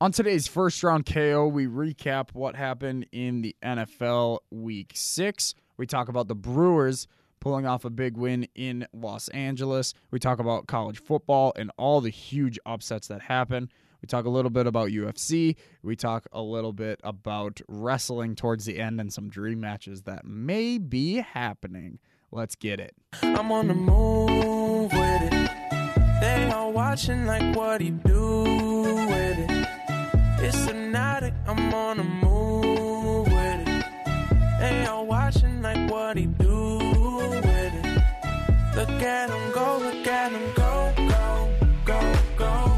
On today's first round KO, we recap what happened in the NFL week six. We talk about the Brewers pulling off a big win in Los Angeles. We talk about college football and all the huge upsets that happen. We talk a little bit about UFC. We talk a little bit about wrestling towards the end and some dream matches that may be happening. Let's get it. I'm on the move with it. They all watching like what he do with it. It's hypnotic. I'm on the move with it. They all watching like what he do with it. Look at him go, look at him go, go, go, go.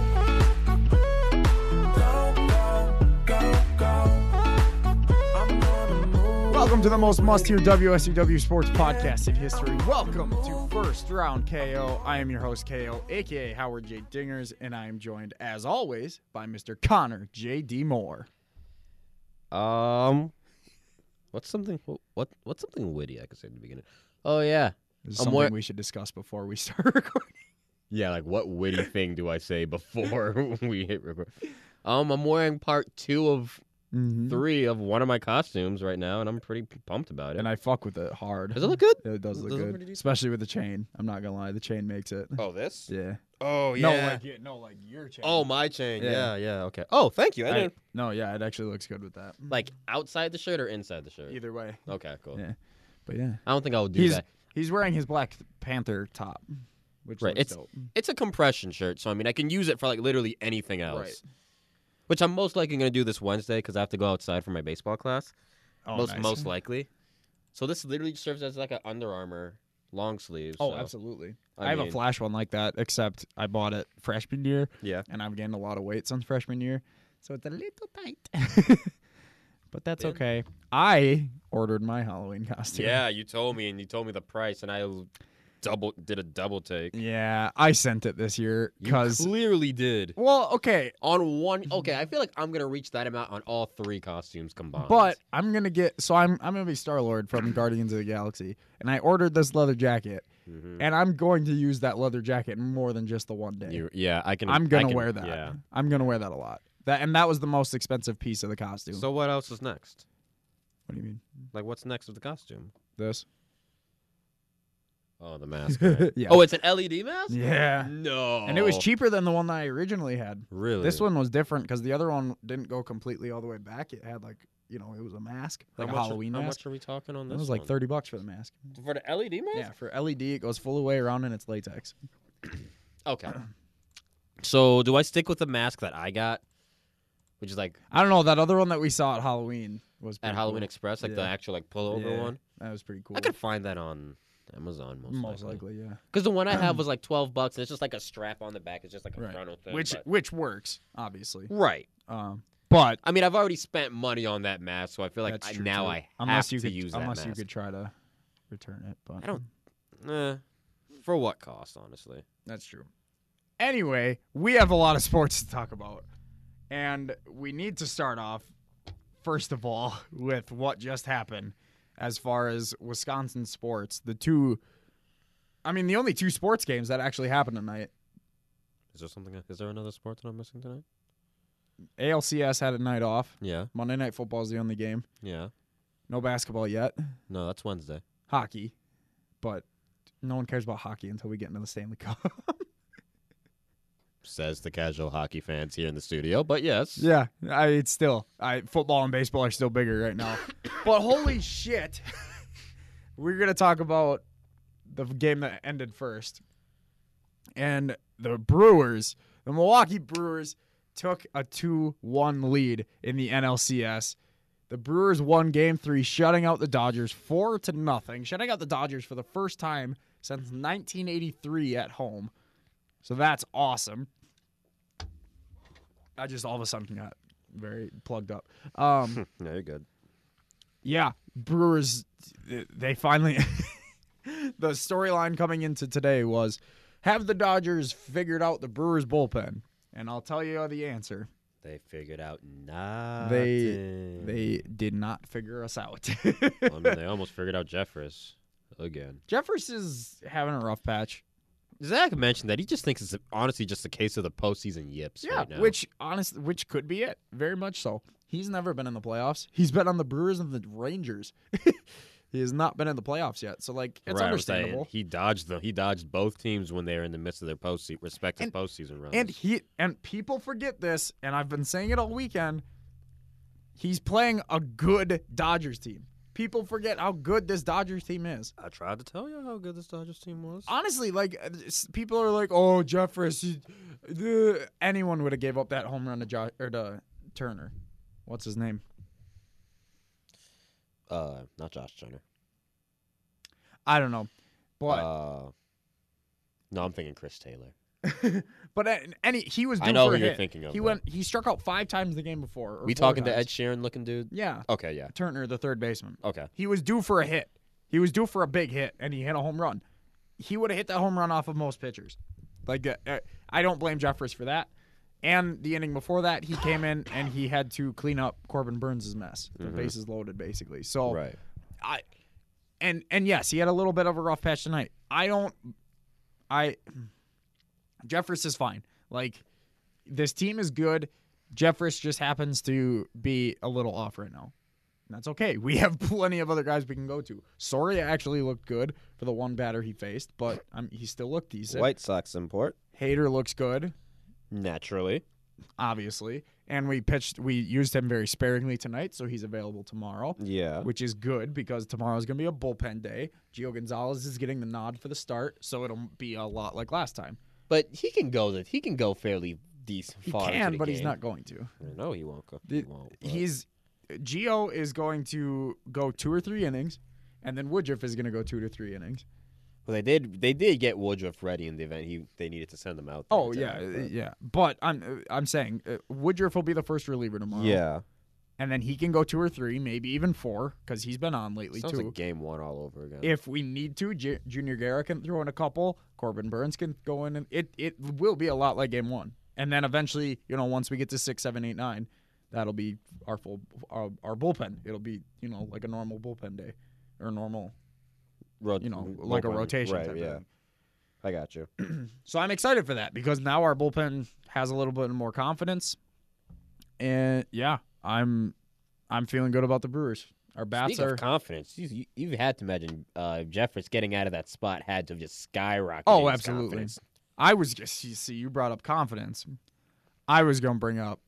Go, go, go, go. I'm on the move. Welcome to the most must hear WSUW E sports podcast in history. Welcome to First Round KO. I am your host, KO, aka Howard J. Dingers, and I am joined, as always, by Mr. Connor J.D. Moore. Um, what's something what, what what's something witty I could say at the beginning? Oh yeah, This is I'm something wa- we should discuss before we start recording. yeah. Like what witty thing do I say before we hit record? Um, I'm wearing part two of three of one of my costumes right now, and I'm pretty p- pumped about it. And I fuck with it hard. Does it look good? It does Does look it look good. pretty decent? Especially with the chain. I'm not going to lie. The chain makes it. Oh, this? Yeah. Oh No, like, y- no, like your chain. oh my chain. Yeah. Yeah. yeah, Okay. Oh, thank you. I I- didn't, no, yeah, it actually looks good with that. like outside the shirt or inside the shirt. Either way. Okay, cool. Yeah. But yeah. I don't think I would do He's that. he's wearing his Black Panther top, which Right. looks It's dope. it's a compression shirt, so I mean I can use it for like literally anything else. Right. Which I'm most likely gonna do this Wednesday because I have to go outside for my baseball class. Oh, most nice. most likely. So this literally serves as like an Under Armour long sleeve. Oh, so, absolutely. I, I have a mean- flash one like that, except I bought it freshman year, Yeah. and I've gained a lot of weight since freshman year, so it's a little tight. but that's Yeah. okay. I ordered my Halloween costume. Yeah, you told me, and you told me the price, and I l- double did a double take. Yeah, I sent it this year You because. clearly did Well, okay, on one. Okay, I feel like I'm gonna reach that amount on all three costumes combined. But I'm gonna get so I'm I'm gonna be Star Lord from Guardians of the Galaxy, and I ordered this leather jacket, Mhm. and I'm going to use that leather jacket more than just the one day. You- yeah, I can. I'm I gonna can- wear that. Yeah. I'm gonna wear that a lot. That and that was the most expensive piece of the costume. So what else is next? what do you mean? Like, what's next with the costume? This? Oh, the mask. right. Yeah. Oh, it's an LED mask. Yeah. No. And it was cheaper than the one that I originally had. Oh. Really? This one was different because the other one didn't go completely all the way back. It had like you know it was a mask, How like a much- Halloween How mask. much are we talking on It this? was like one? thirty bucks for the mask. for the LED mask. Yeah, for LED it goes full way around and it's latex. Okay. so do I stick with the mask that I got, which is like I don't know that other one that we saw at Halloween was at pretty Halloween cool. Express, like the Yeah. actual like pullover Yeah, one? That was pretty cool. I could find that on Amazon most, most likely. likely, yeah. Because the one I have was like twelve bucks, and it's just like a strap on the back. It's just like a Right. frontal thing. Which but- which works obviously, right. um, but I mean, I've already spent money on that mask, so I feel like that's I, true, now too. I have unless you to could, use that unless you mask. could try to return it. But Hmm. I don't. Eh, for what cost, honestly? That's true. Anyway, we have a lot of sports to talk about, and we need to start off first of all with what just happened as far as Wisconsin sports. The two, I mean, the only two sports games that actually happened tonight. Is there something? Is there another sport that I'm missing tonight? ALCS had a night off. Yeah. Monday Night Football is the only game. Yeah. No basketball yet. No, that's Wednesday. Hockey, but no one cares about hockey until we get into the Stanley Cup. Says the casual hockey fans here in the studio, but yes. yeah, I it's still I football and baseball are still bigger right now. but holy shit, we're gonna talk about the game that ended first, and the Brewers, the Milwaukee Brewers, took a two-one lead in the NLCS. The Brewers won Game Three, shutting out the Dodgers four to nothing, shutting out the Dodgers for the first time since 1983 at home. So that's awesome. I just all of a sudden got very plugged up. Um, No, you're good. yeah, Brewers, they finally. the storyline coming into today was have the Dodgers figured out the Brewers bullpen? And I'll tell you the answer. They figured out nothing. They did not figure us out. I mean, they almost figured out Jeffress again. Jeffers is having a rough patch. Zach mentioned that he just thinks it's honestly just a case of the postseason yips. Yeah, right now. which honest, which could be it. Very much so. He's never been in the playoffs. He's been on the Brewers and the Rangers. he has not been in the playoffs yet. So like, it's Right, I was saying, understandable. He dodged them. He dodged both teams when they were in the midst of their postse- respective And- postseason runs. And he and people forget this, and I've been saying it all weekend. He's playing a good Dodgers team. People forget how good this Dodgers team is. I tried to tell you how good this Dodgers team was. Honestly, like uh, s- people are like, "Oh, Jeffress." he- uh," Anyone would have gave up that home run to jo- or to Turner. What's his name? Uh, not Josh Turner. I don't know, but Uh, no, I'm thinking Chris Taylor. But a- any he was. Due I know for a who you're hit. thinking of, He though. went. He struck out five times the game before. or We four talking to times. Ed Sheeran looking dude? Yeah, Okay, yeah. Turner, the third baseman. Okay. He was due for a hit. He was due for a big hit, and he hit a home run. He would have hit that home run off of most pitchers. Like uh, uh, I don't blame Jeffers for that. And the inning before that, he came in and he had to clean up Corbin Burns' mess. The bases loaded, basically. So Right. I and and yes, he had a little bit of a rough patch tonight. I don't I Jeffress is fine. Like this team is good. Jeffress just happens to be a little off right now. And that's okay. We have plenty of other guys we can go to. Soria actually looked good for the one batter he faced, but um, he still looked decent. White Sox import. Hater looks good, Naturally. obviously. And we pitched we used him very sparingly tonight, so he's available tomorrow Yeah. which is good because tomorrow's going to be a bullpen day. Gio Gonzalez is getting the nod for the start, so it'll be a lot like last time. But he can go. That he can go fairly decent. He far into can, the but he's game. not going to. No, he won't go. The- he won't. but- He's Gio is going to go two or three innings, and then Woodruff is going to go two to three innings. Well, they did. They did get Woodruff ready in the event he they needed to send him out. there Oh to- yeah, yeah. But I'm I'm saying uh, Woodruff will be the first reliever but- tomorrow. and then he can go two or three, maybe even four, because he's been on lately Sounds too. like game one all over again. If we need to, J- Junior Guerra can throw in a couple. Corbin Burns can go in, and it it will be a lot like Game One. And then eventually, you know, once we get to six, seven, eight, nine, that'll be our full our, our bullpen. It'll be you know like a normal bullpen day, or normal Ro- you know like a bullpen. rotation. Right. type of yeah. thing. I got you. So I'm excited for that because now our bullpen has a little bit more confidence, and yeah, I'm I'm feeling good about the Brewers. Our bats Speaking are of confidence, you, you, you had to imagine uh, Jeffress getting out of that spot had to have just skyrocketed. Oh, his absolutely. confidence. I was just you see you brought up confidence. I was gonna bring up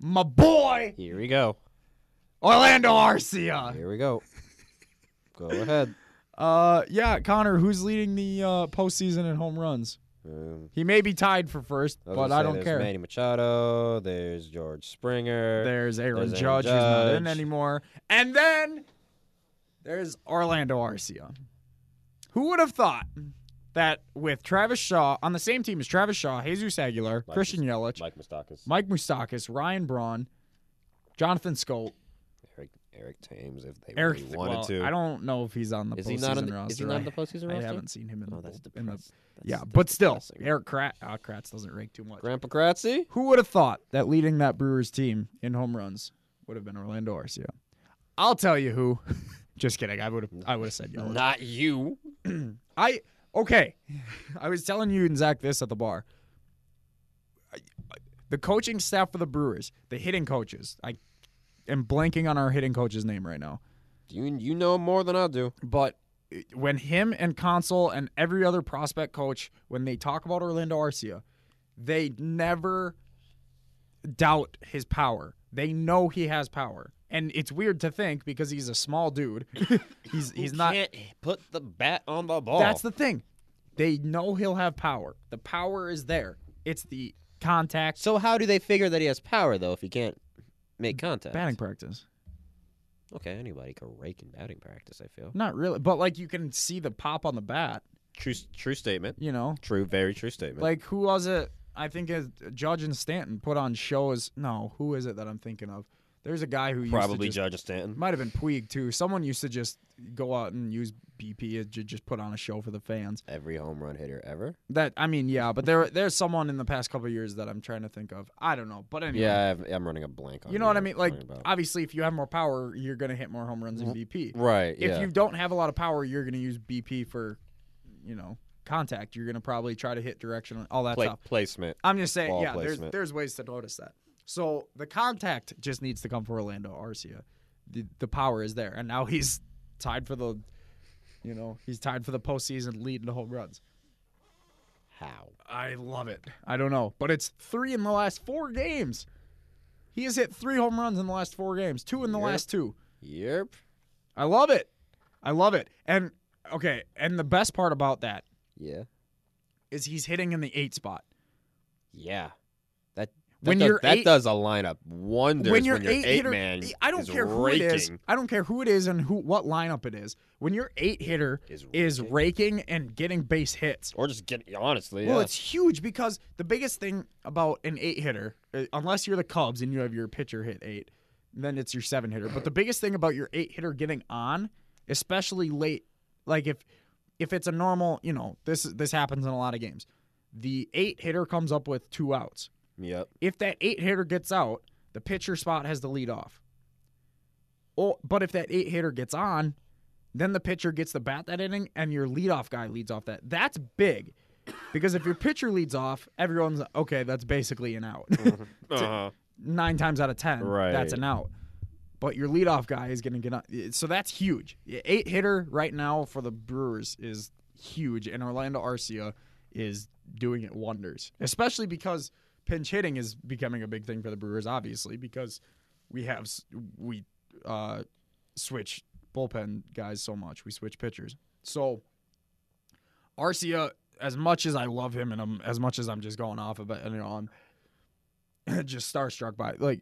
my boy Here we go. Orlando Arcia. Here we go. go ahead. Uh, yeah, Connor, who's leading the uh, postseason in home runs? Um, He may be tied for first, was but gonna I say don't there's care. Manny Machado. There's George Springer. There's Aaron There's Aaron Judge, who's not in Judge. anymore, and then there's Orlando Arcia. Who would have thought that with Travis Shaw on the same team as Travis Shaw, Jesus Aguilar, Mike Christian Yelich, Mike Mostakis. Mike Moustakis, Ryan Braun, Jonathan Scope, Eric, Eric Thames. If they Eric really wanted well, to. I don't know if he's on the Is postseason he not on the, roster. Is he not on the I- postseason I, roster? haven't seen him in Oh, the, that's bull- in the depressing. That's- yeah, that's but still, depressing. Eric Kratz, uh, Kratz doesn't rank too much. Grandpa Kratzy? Who would have thought that leading that Brewers team in home runs would have been Orlando Arcia? I'll tell you who. Just kidding. I would have. I would have said Yelich. Not you. I okay. I was telling you and Zach this at the bar. I- I- The coaching staff for the Brewers, the hitting coaches. I am blanking on our hitting coach's name right now. You you know more than I do. but it- when him and Consul and every other prospect coach, when they talk about Orlando Arcia, they never doubt his power. They know he has power, and it's weird to think because he's a small dude. he's he's not. Can't put the bat on the ball. That's the thing. They know he'll have power. The power is there. It's the contact so how do they figure that he has power though if he can't make contact? batting practice. Okay, anybody can rake in batting practice. I feel Not really, but like you can see the pop on the bat. true. True statement. You know, True, very true statement. Like who was it? I think is Judge and Stanton put on shows. No, who is it that I'm thinking of? There's a guy who probably used to just, Judge Stanton. might have been Puig too. Someone used to just go out and use BP to just put on a show for the fans. Every home run hitter ever. That I mean, yeah, but there there's someone in the past couple of years that I'm trying to think of. I don't know, but anyway, Yeah, I have, I'm running a blank on. you know what I mean. you're Like talking about. obviously, if you have more power, you're gonna hit more home runs than BP. right. If yeah. you don't have a lot of power, you're gonna use BP for, you know, contact, you're gonna probably try to hit direction, all that Pla- stuff. placement. I'm just saying, Ball yeah, there's placement. there's ways to notice that. So the contact just needs to come for Orlando Arcia. The the power is there, and now he's tied for the, you know, he's tied for the postseason lead in home runs. How? I love it. I don't know, but it's three in the last four games. He has hit three home runs in the last four games, two in the Yep. last two. Yep. I love it. I love it. And okay, and the best part about that Yeah. is he's hitting in the eight spot. Yeah. That, that When does, you're that eight- does a lineup wonders when you're eight, hitter, man. I don't is care who raking, it is. I don't care who it is and who what lineup it is. When your eight hitter Is is raking and getting base hits, or just get honestly. well, yeah. it's huge because the biggest thing about an eight hitter, uh, unless you're the Cubs and you have your pitcher hit eight, then it's your seven hitter. But the biggest thing about your eight hitter getting on, especially late, like if if it's a normal, you know, this this happens in a lot of games. The eight hitter comes up with two outs yep. if that eight hitter gets out, the pitcher spot has the lead off. Or but if that eight hitter gets on, then the pitcher gets the bat that inning and your leadoff guy leads off that. That's big. Because if your pitcher leads off, everyone's okay, that's basically an out. Uh-huh. Nine times out of ten, Right. that's an out. But your leadoff guy is gonna get on so that's huge. Eight hitter right now for the Brewers is huge and Orlando Arcia is doing it wonders. Especially because pinch hitting is becoming a big thing for the Brewers, obviously, because we have s- we uh, switch bullpen guys so much. We switch pitchers. So Arcia, as much as I love him, and i as much as I'm just going off of it, and you know, I'm just starstruck by it. Like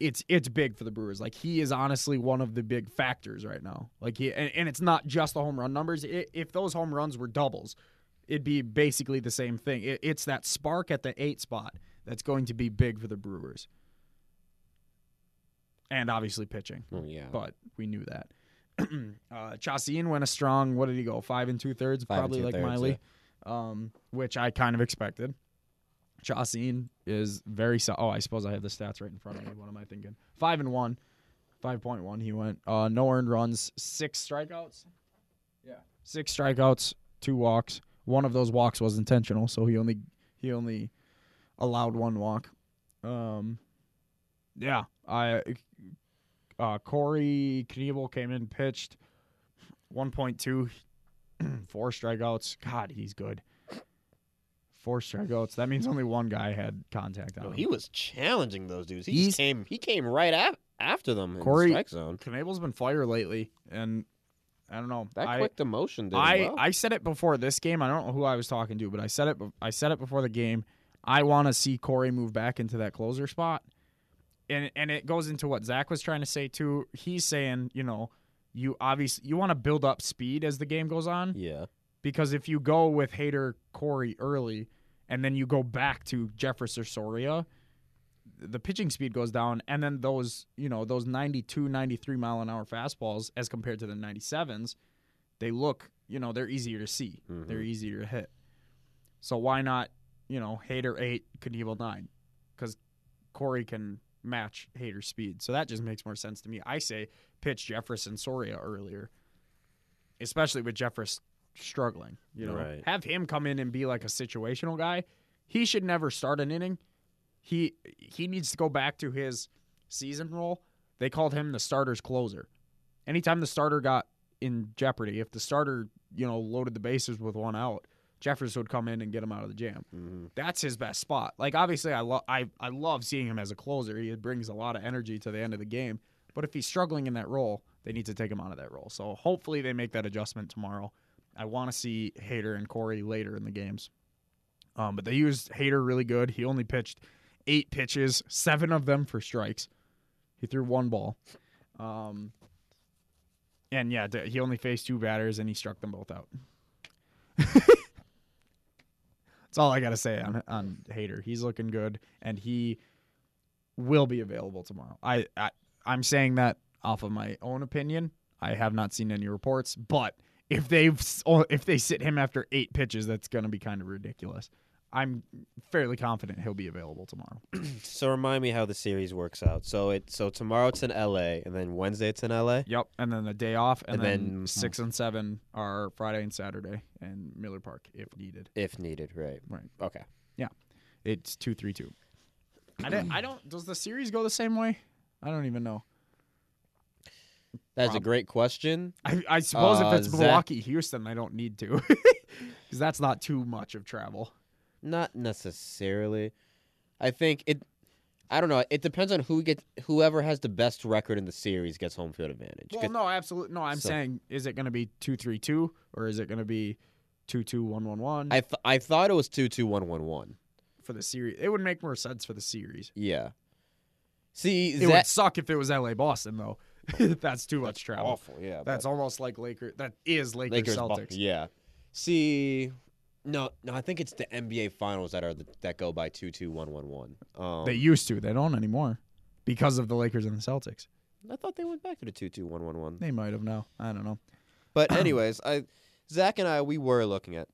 it's it's big for the Brewers. Like he is honestly one of the big factors right now. Like he, and, and it's not just the home run numbers. I if those home runs were doubles, it'd be basically the same thing. It, it's that spark at the eight spot that's going to be big for the Brewers, and obviously pitching. Oh, yeah. But we knew that. uh, Chassin went a strong. What did he go? Five and two thirds, Five and probably like two-thirds, Miley, um, which I kind of expected. Chassin is very. So- oh, I suppose I have the stats right in front of me. What am I thinking? Five and one, five point one. He went uh, no earned runs, six strikeouts. Yeah, six strikeouts, two walks. One of those walks was intentional, so he only he only allowed one walk. Um, yeah, I uh, Corey Knebel came in, pitched 1.2, four strikeouts. God, he's good. Four strikeouts. That means only one guy had contact on No, him. he was challenging those dudes. He He's- just came. He came right af- after them in Corey- the strike zone. Knebel's been fire lately, and I don't know. That I, quick demotion did I, well. I said it before this game. I don't know who I was talking to, but I said it. be- I said it before the game. I want to see Corey move back into that closer spot, and and it goes into what Zach was trying to say too. He's saying, you know, you obviously you want to build up speed as the game goes on yeah. because if you go with Hater Corey early, and then you go back to Jeffress or Soria, the pitching speed goes down, and then those you know those 92, 93 mile an hour fastballs as compared to the 97s, they look you know they're easier to see, Mhm. they're easier to hit. So why not you know Hater eight, Knievel nine, because Corey can match Hater's speed. So that just makes more sense to me. I say pitch Jefferson Soria earlier, especially with Jeffress struggling. You know, Right. have him come in and be like a situational guy. He should never start an inning. He he needs to go back to his season role. They called him the starter's closer. Anytime the starter got in jeopardy, if the starter you know loaded the bases with one out, Jeffress would come in and get him out of the jam mm-hmm. Mhm. that's his best spot. Like obviously, I love I I love seeing him as a closer. He brings a lot of energy to the end of the game. But if he's struggling in that role, they need to take him out of that role. So hopefully, they make that adjustment tomorrow. I want to see Hader and Corey later in the games. Um, but they used Hader really good. He only pitched eight pitches, seven of them for strikes. He threw one ball. Um, and yeah, th- he only faced two batters and he struck them both out. That's all I gotta say on on Hater. He's looking good, and he will be available tomorrow. I, I I'm saying that off of my own opinion. I have not seen any reports, but if they if they sit him after eight pitches, that's gonna be kind of ridiculous. I'm fairly confident he'll be available tomorrow. So remind me how the series works out. So it so tomorrow it's in L.A. and then Wednesday it's in L.A. Yep. And then the day off, and, And then, uh, then- six and seven are Friday and Saturday, and Miller Park if needed. if needed. Right. Right. Okay. It's two three two. I don't, I don't. Does the series go the same way? I don't even know. That's a Prob- great question. I, I suppose Uh, if it's Zach- Milwaukee Houston, I don't need to, because that's not too much of travel. Not necessarily. I think it. I don't know. It depends on who gets whoever has the best record in the series gets home field advantage. 'Cause- Well, no, absolutely. No, I'm So- saying, is it going to be two three two or is it going to be two two one one one I th- I thought it was two two one one one. for the series? It would make more sense for the series. Yeah. See, It that, would suck if it was L.A. Boston though. that's too much travel. awful. Yeah. That's almost like Laker. That is but- Lakers, Buc- Celtics. Yeah. See, no, no. I think it's the NBA Finals that are the, that go by two two one one one. Um, They used to. They don't anymore because of the Lakers and the Celtics. I thought they went back to the two two one one one. They might have now. I don't know. But anyways, I Zach and I we were looking at,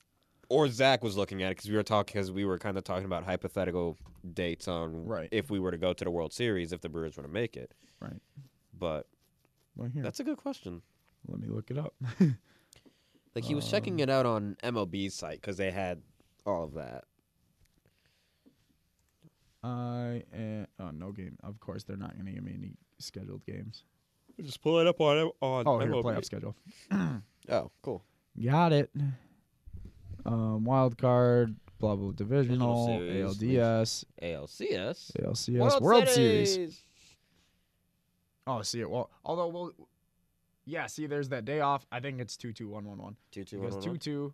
or Zach was looking at it because we were talking because we were kind of talking about hypothetical dates on Right. if we were to go to the World Series if the Brewers were to make it. Right. But Well, here, that's a good question. let me look it up. Like he was Um, checking it out on MLB's site because they had all of that. I am, oh no game. Of course, they're not going to give me any scheduled games. Just pull it up on on Oh, here playoff schedule. Oh, cool. Got it. Um, wild card, blah blah divisional, Series, ALDS, ALCS ALCS, World, Series. Oh, see it. Well, although well, yeah. See, there's that day off. I think it's two two one one one. Two two Because two two,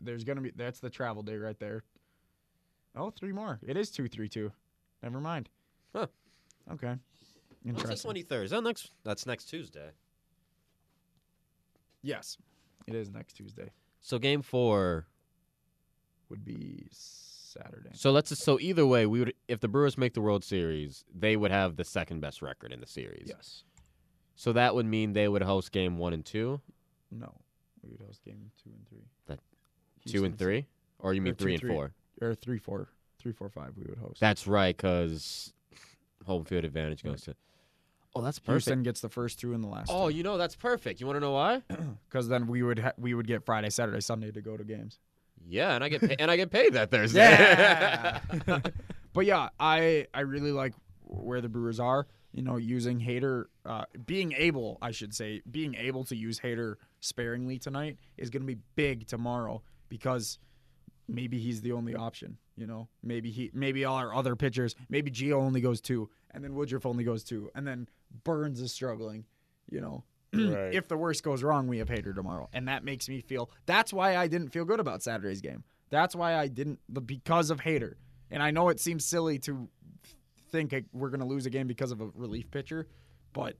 there's gonna be that's the travel day right there. Oh, three more. It is two three two. Never mind. Huh. Okay. What's the Interesting. twenty third? Is that next? That's next Tuesday. yes, it is next Tuesday. So game four. Would be Saturday. So let's just, so either way, we would if the Brewers make the World Series, they would have the second best record in the series. Yes. So that would mean they would host game one and two, No. We would host game two and three. That- two and Houston's- three, or you mean Or two, three and three. four? or three four three four five. We would host. That's right, because home field advantage goes to. Oh, that's perfect. Houston gets the first two and the last. Oh, you know that's perfect. You want to know why? because then we would ha- we would get Friday, Saturday, Sunday to go to games. Yeah, and I get pa- and I get paid that Thursday. Yeah. but yeah, I I really like where the Brewers are. You know, using Hater, uh, being able, I should say, being able to use Hater sparingly tonight is going to be big tomorrow because maybe he's the only option. You know, maybe he, maybe all our other pitchers, maybe Gio only goes two, and then Woodruff only goes two, and then Burns is struggling. You know, Right. Mm. if the worst goes wrong, we have Hater tomorrow, and that makes me feel. That's why I didn't feel good about Saturday's game. That's why I didn't the- because of Hater. And I know it seems silly to think it- we're going to lose a game because of a relief pitcher, but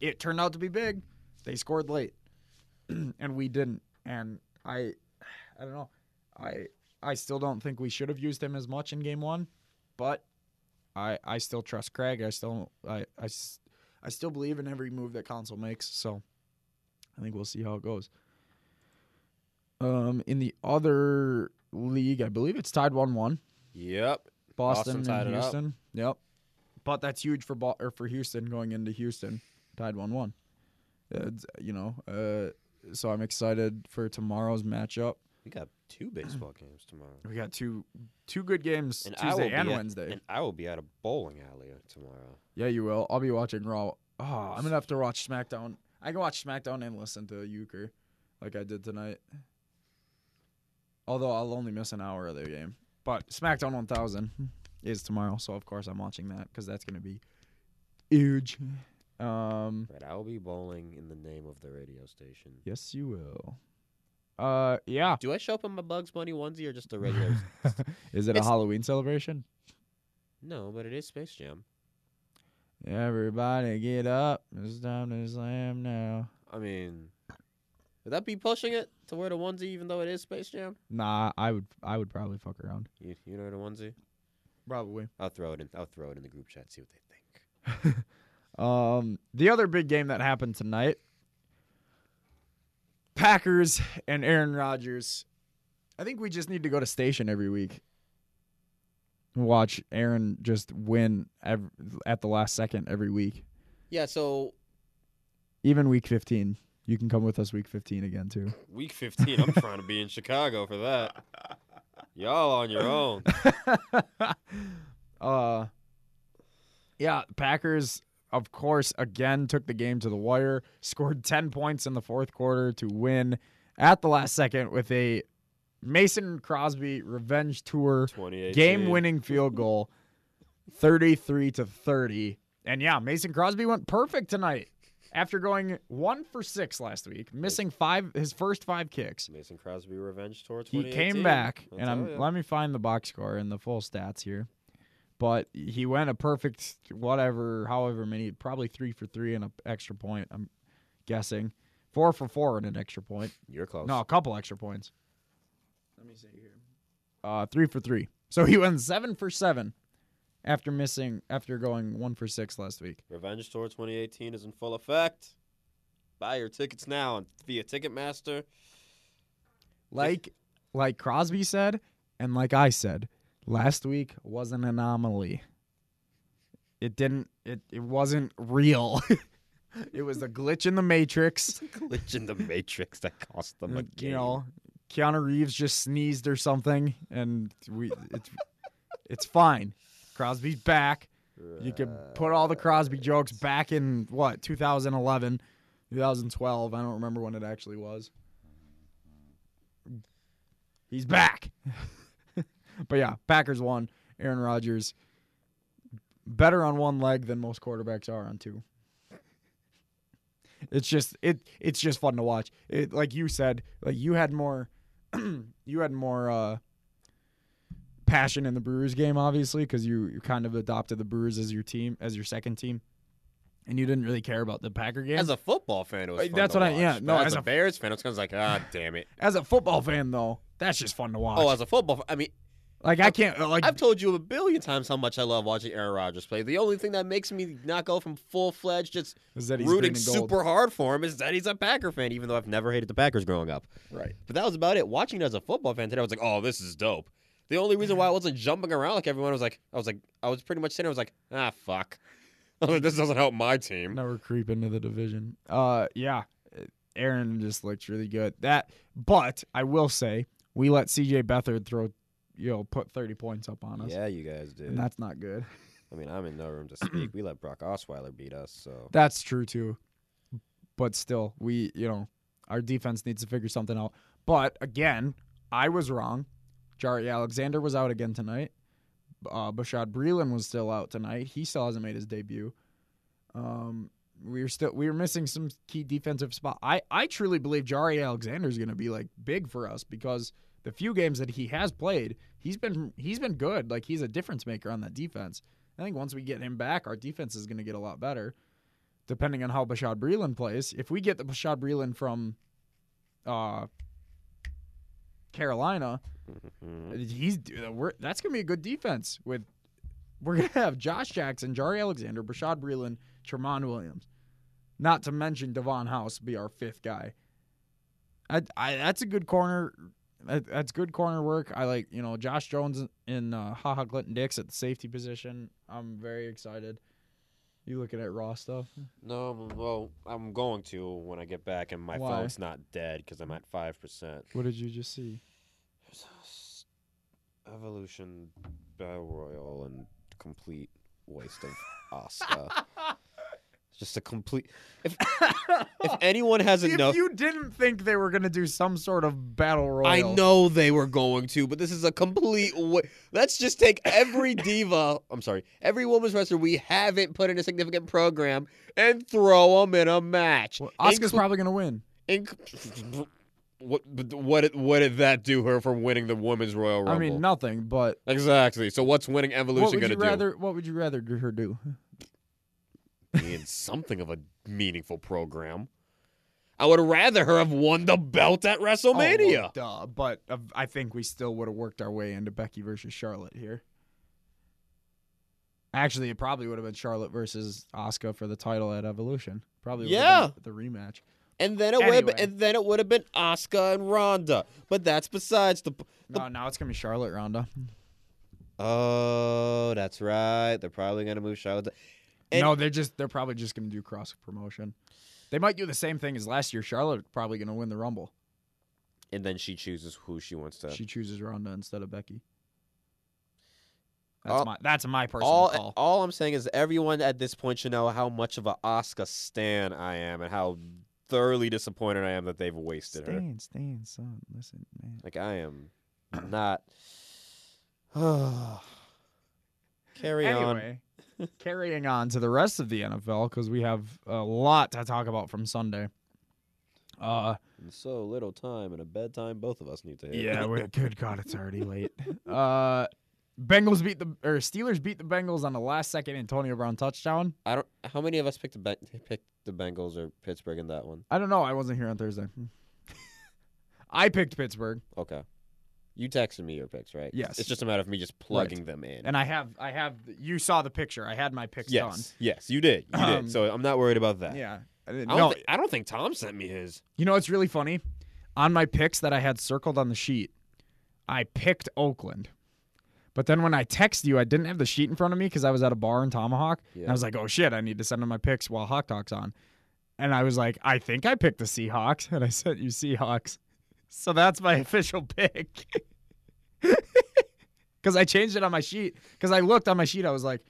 it turned out to be big. They scored late, and we didn't. And I, I don't know. I I still don't think we should have used him as much in game one, but I I still trust Craig. I still I I, s- I still believe in every move that Council makes. So I think we'll see how it goes. Um, in the other league, I believe it's tied one one. Yep. Boston, Boston tied and it up. Houston. Yep. But that's huge for Bo- or for Houston going into Houston, tied one one. You know, uh, so I'm excited for tomorrow's matchup. We got two baseball games tomorrow. We got two two good games And I will Tuesday be and at- Wednesday. And I will be at a bowling alley tomorrow. yeah, you will. I'll be watching Raw. Oh, I'm gonna have to watch SmackDown. I can watch SmackDown and listen to Euchre, like I did tonight. Although I'll only miss an hour of their game. But SmackDown 1000 is tomorrow, so of course I'm watching that because that's gonna be huge. Um, But I will be bowling in the name of the radio station. yes, you will. Uh, yeah. Do I show up in my Bugs Bunny onesie or just a regular? is it a It's- Halloween celebration? no, but it is Space Jam. Everybody get up! It's time to slam now. I mean, would that be pushing it to wear the onesie even though it is Space Jam? Nah, I would I would probably fuck around. You, you know the onesie? Probably. I'll throw it in. I'll throw it in the group chat. See what they think. Um, the other big game that happened tonight: Packers and Aaron Rodgers. I think we just need to go to station every week watch Aaron just win ev- at the last second every week. Yeah, so Even week 15. You can come with us week 15 again too. Week 15, I'm trying to be in Chicago for that. Y'all on your own. uh Yeah, Packers of course again took the game to the wire, scored 10 points in the fourth quarter to win at the last second with a Mason Crosby revenge tour 28. game winning field goal 33 to 30 and yeah mason crosby went perfect tonight after going one for six last week missing five his first five kicks Mason Crosby revenge tour. he came back I'll and tell i'm ya. let me find the box score and the full stats here but he went a perfect whatever however many probably three for three and an extra point i'm guessing four for four and an extra point You're close. no, a couple extra points. Let me see here. Uh, three for three. So he went seven for seven after missing after going one for six last week. Revenge Tour 2018 is in full effect. Buy your tickets now on via Ticketmaster. Like like Crosby said, and like I said, last week was an anomaly. It didn't it, it wasn't real. it was a glitch in the matrix. Glitch in the Matrix that cost them a game. You know, Keanu Reeves just sneezed or something and we it's it's fine. Crosby's back. You could put all the Crosby jokes back in what 2011, 2012. I don't remember when it actually was. He's back. but yeah, Packers won. Aaron Rodgers better on one leg than most quarterbacks are on two. It's just it it's just fun to watch. It like you said, like you had more you had more uh passion in the Brewers game, obviously, because you, you kind of adopted the Brewers as your team, as your second team, and you didn't really care about the Packer game. As a football fan, it was Uh, fun that's to what I- watch. yeah, But no, As, as a, a- Bears fan, it's kind of like, ah, damn it. As a football fan, though, that's just fun to watch. Oh, as a football, fan, I mean, like I can't like I've told you a billion times how much I love watching Aaron Rodgers play. The only thing that makes me not go from full fledged just is that he's rooting green and gold. super hard for him is that he's a Packer fan, even though I've never hated the Packers growing up. right. But that was about it. Watching it as a football fan today, I was like, oh, this is dope. The only reason why I wasn't jumping around like everyone was like, I was like, I was pretty much sitting. there, I was like, ah, fuck. I was like, this doesn't help my team. Now we're creeping to the division. Uh, yeah, Aaron just looks really good. That, but I will say we let C.J. Beathard throw, you know, put thirty points up on us, Yeah, you guys did. and that's not good. I mean, I'm in no room to speak. we let Brock Osweiler beat us, so That's true too. But still, we you know our defense needs to figure something out. But again, I was wrong. Jari Alexander was out again tonight. Uh, Bashad Breeland was still out tonight. He still hasn't made his debut. Um, we were still we were missing some key defensive spot. I I truly believe Jari Alexander's going to be like big for us because the few games that he has played, he's been he's been good. Like he's a difference maker on that defense. I think once we get him back, our defense is going to get a lot better depending on how Bashad Breeland plays. If we get the Bashad Breeland from uh, Carolina, Mm-hmm. he's we're, that's gonna be a good defense. With we're gonna have Josh Jackson, Jari Alexander, Bashad Breeland, Tremont Williams, not to mention Devon House be our fifth guy. I, I that's a good corner. That, that's good corner work. I like you know Josh Jones and uh, Haha Clinton Dix at the safety position. I'm very excited. You looking at raw stuff? no. I'm- Well, I'm going to when I get back, and my Why? phone's not dead because I'm at five percent. What did you just see? Evolution, battle royal, and complete waste of Oscar. Just a complete. If if anyone hasn't If known, you didn't think they were gonna do some sort of battle royal, I know they were going to, but this is a complete. Wa- Let's just take every diva. I'm sorry, every woman's wrestler we haven't put in a significant program and throw them in a match. Well, Asuka's Inclu- probably gonna win. inc- what but what did, what did that do her for winning the women's Royal Rumble? I mean, nothing. But exactly. So what's winning what would Evolution going you to do? rather? What would you rather do her do? be in something of a meaningful program. I would rather her have won the belt at WrestleMania. Oh, well, duh. But uh, I think we still would have worked our way into Becky versus Charlotte here. Actually, it probably would have been Charlotte versus Asuka for the title at Evolution. Probably, would've Yeah. been the rematch. and then it would Anyway. and then it would have been Oscar and Ronda. But that's besides the p- No, now it's gonna be Charlotte Ronda. Oh, that's right. They're probably gonna move Charlotte. to- And- no, they're just they're probably just going to do cross promotion. They might do the same thing as last year. Charlotte probably going to win the Rumble. And then she chooses who she wants to. She chooses Ronda instead of Becky. That's Oh. my that's my personal all, call. all I'm saying is everyone at this point should know how much of a Oscar stan I am and how thoroughly disappointed I am that they've wasted her. Stan, Stan, son, listen, man. Like I am not. Carry on. anyway, carrying on to the rest of the NFL because we have a lot to talk about from Sunday. Uh, In so little time and a bedtime both of us need to hit. yeah, we good God, it's already late. Uh, Bengals beat the or Steelers beat the Bengals on the last second Antonio Brown touchdown. I don't. How many of us picked the ben- picked the Bengals or Pittsburgh in that one? I don't know. I wasn't here on Thursday. I picked Pittsburgh, Okay. You texted me your picks, right? Yes. It's just a matter of me just plugging them in. and I have I have you saw the picture. I had my picks yes, yes, you did. You Um, did. So I'm not worried about that. done. Yeah. I didn't- I don't, no, thi- I don't think Tom sent me his. You know what's really funny? On my picks that I had circled on the sheet, I picked Oakland. But then when I text you, I didn't have the sheet in front of me because I was at a bar in Tomahawk. And I Yeah. was like, oh shit, I need to send in my picks while Hawk Talk's on. And I was like, I think I picked the Seahawks. And I sent you Seahawks. So that's my official pick. Because I changed it on my sheet. Because I looked on my sheet, I was like,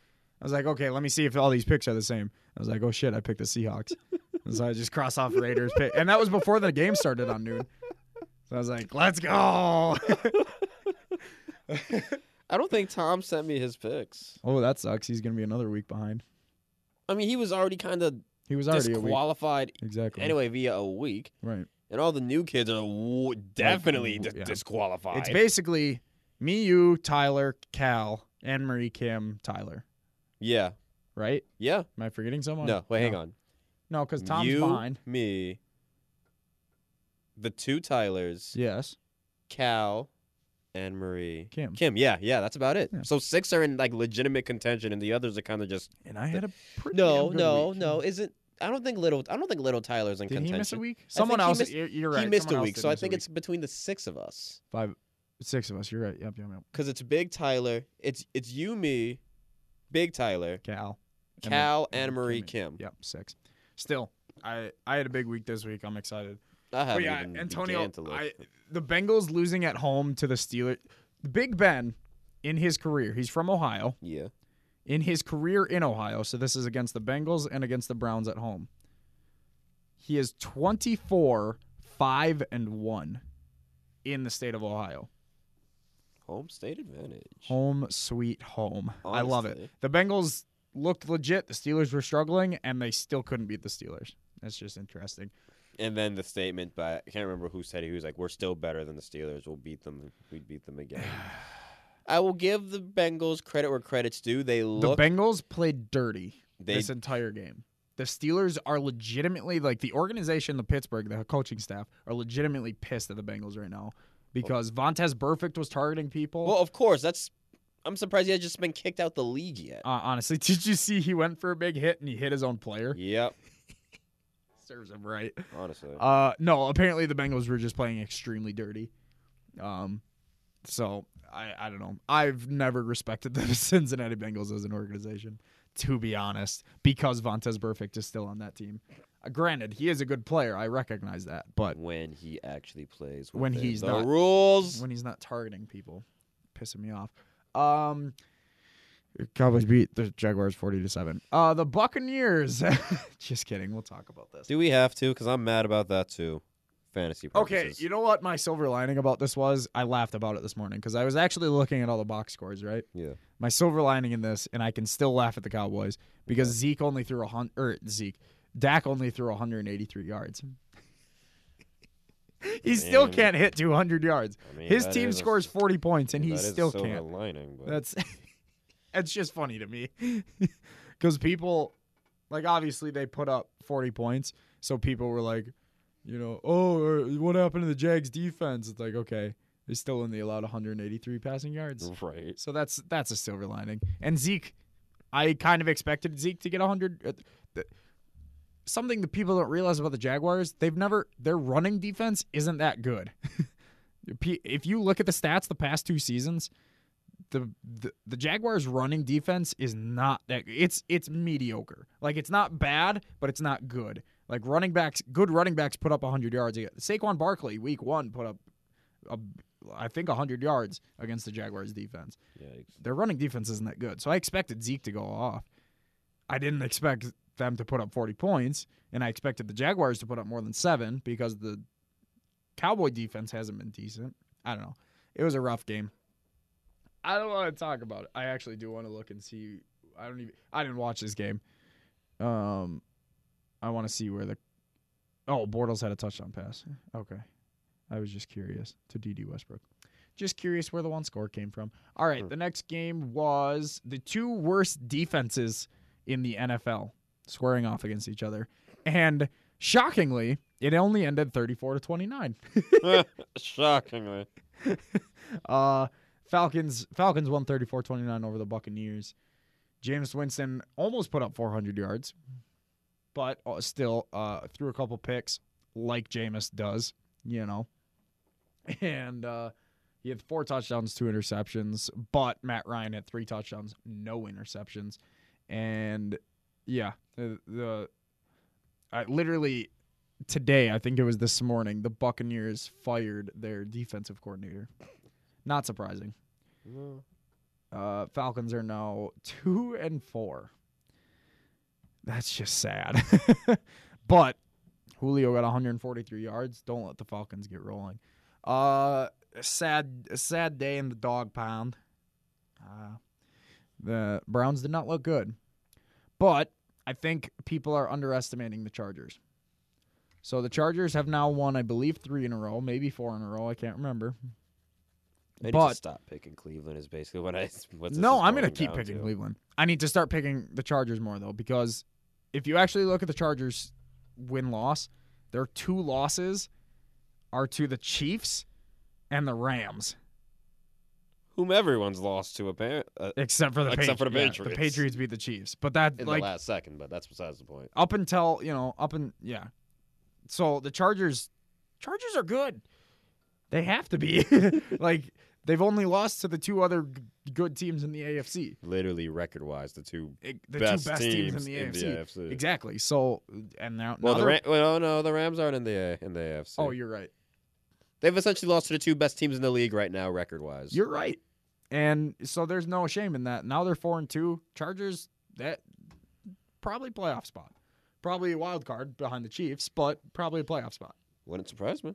I was like, okay, let me see if all these picks are the same. I was like, oh shit, I picked the Seahawks. And so I just cross off Raiders pick. And that was before the game started on noon. So I was like, let's go. I don't think Tom sent me his picks. oh, that sucks. He's going to be another week behind. I mean, he was already kind of He was already a week. disqualified Exactly. anyway via a week, Right. and all the new kids are w- definitely w- di- yeah. disqualified. It's basically me, you, Tyler, Cal, Anne Marie, Kim, Tyler. yeah, Right? yeah. Am I forgetting someone? No, wait, hang on. No, because Tom's you, behind. me, the two Tylers, Yes. Cal, and Marie. Kim. Kim, yeah, yeah, that's about it. Yeah. So six are in like legitimate contention, and the others are kind of just And I had a pretty damn no, good no, week. no. Isn't I don't think little I don't think little Tyler's in Did contention. he miss a week? Someone he else. missed- you're- you're right. He missed someone a else week, did so I miss a think week. it's between the six of us five, six of us. You're right. Yep, yep, yep. because it's Big Tyler, it's it's you, me, Big Tyler, Cal. Emma- Cal, Emma, Anna Marie, Kim. Kim. Yep, six. Still, I I had a big week this week. I'm excited. I But haven't Oh, yeah, even Antonio, began to look. I, the Bengals losing at home to the Steelers. Big Ben, in his career, he's from Ohio. yeah, In his career in Ohio, so this is against the Bengals and against the Browns at home. He is 24, five and one, in the state of Ohio. home state advantage. Home sweet home. I love it. Honestly. The Bengals looked legit. The Steelers were struggling, and they still couldn't beat the Steelers. That's just interesting. And then the statement by I can't remember who said it. He was like, "We're still better than the Steelers. We'll beat them. We beat them again." I will give the Bengals credit where credits due. They look. the Bengals played dirty they this entire game. The Steelers are legitimately like the organization, the Pittsburgh, the coaching staff are legitimately pissed at the Bengals right now because Vontez Burfict was targeting people. well, of course. That's. I'm surprised he has just been kicked out the league yet. uh, honestly, did you see he went for a big hit and he hit his own player? Yep. Serves him right. Honestly. Uh, no, apparently the Bengals were just playing extremely dirty. Um, so I, I don't know. I've never respected the Cincinnati Bengals as an organization, to be honest, because Vontez Burfict is still on that team. Uh, granted, he is a good player. I recognize that, but when he actually plays. When within he's the not- rules. when he's not targeting people, pissing me off. Um, Cowboys beat the Jaguars forty to seven. Uh, the Buccaneers. just kidding. We'll talk about this. Do we have to? Because I'm mad about that too. Fantasy. Okay, Purposes. you know what my silver lining about this was? I laughed about it this morning because I was actually looking at all the box scores, right? Yeah. My silver lining in this, and I can still laugh at the Cowboys because Zeke only threw a hundred. Er, Zeke, Dak only threw 183 yards. he still Man. can't hit 200 yards. I mean, His that team is a- scores 40 points, and that he is a still silver can't. Lining, but That's that's just funny to me because people like obviously they put up 40 points, so people were like, you know, oh, or what happened to the Jags defense? It's like okay, they still only allowed 183 passing yards, right. so that's that's a silver lining. And Zeke, I kind of expected Zeke to get 100. uh, th- Something that people don't realize about the Jaguars, they've never their running defense isn't that good. P- if you look at the stats the past two seasons, the, the the Jaguars running defense is not that it's it's mediocre. Like it's not bad, but it's not good. Like running backs, good running backs put up 100 yards. Saquon Barkley week 1 put up a, I think 100 yards against the Jaguars defense. Yikes. Their running defense isn't that good. So I expected Zeke to go off. I didn't expect them to put up 40 points, and I expected the Jaguars to put up more than 7 because the Cowboy defense hasn't been decent. I don't know. It was a rough game. I don't want to talk about it. I actually do want to look and see. I don't even. I didn't watch this game. Um, I want to see where the. Oh, Bortles had a touchdown pass. Okay, I was just curious to D.D. Westbrook. Just curious where the one score came from. All right, the next game was the two worst defenses in the NFL squaring off against each other, and shockingly, it only ended thirty-four to twenty-nine. Shockingly. Uh, Falcons Falcons won 34-29 over the Buccaneers. James Winston almost put up 400 yards, but uh, still uh, threw a couple picks like Jameis does, you know. And uh, he had four touchdowns, two interceptions, but Matt Ryan had three touchdowns, no interceptions. And yeah, the, the I literally today, I think it was this morning, the Buccaneers fired their defensive coordinator. Not surprising. Uh, Falcons are now two and four. That's just sad. but Julio got 143 yards. Don't let the Falcons get rolling. Uh, sad, a sad day in the dog pound. Uh, the Browns did not look good, but I think people are underestimating the Chargers. So the Chargers have now won, I believe, three in a row, maybe four in a row. I can't remember. I need But- to stop picking Cleveland. Is basically what I. What this no, is I'm gonna going keep down picking to. Cleveland. I need to start picking the Chargers more though, because if you actually look at the Chargers win loss, their two losses are to the Chiefs and the Rams, Whom everyone's lost to apparent uh, except for the Except for the Patri- yeah, Patriots. the Patriots beat the Chiefs, but that in like the last second, but that's besides the point. up until you know up and yeah so the chargers chargers are good they have to be like they've only lost to the two other g- good teams in the afc Literally record wise, the two. It- the Best two best teams, in teams the in afc the AFC. exactly so and now Well, now the they're- Ram, well, no, the Rams aren't in the uh, in the AFC. oh you're right They've essentially lost to the two best teams in the league right now, record wise. you're right and so there's no shame in that now they're four and two chargers that probably playoff spot probably a wild card behind the chiefs but probably a playoff spot Wouldn't surprise me.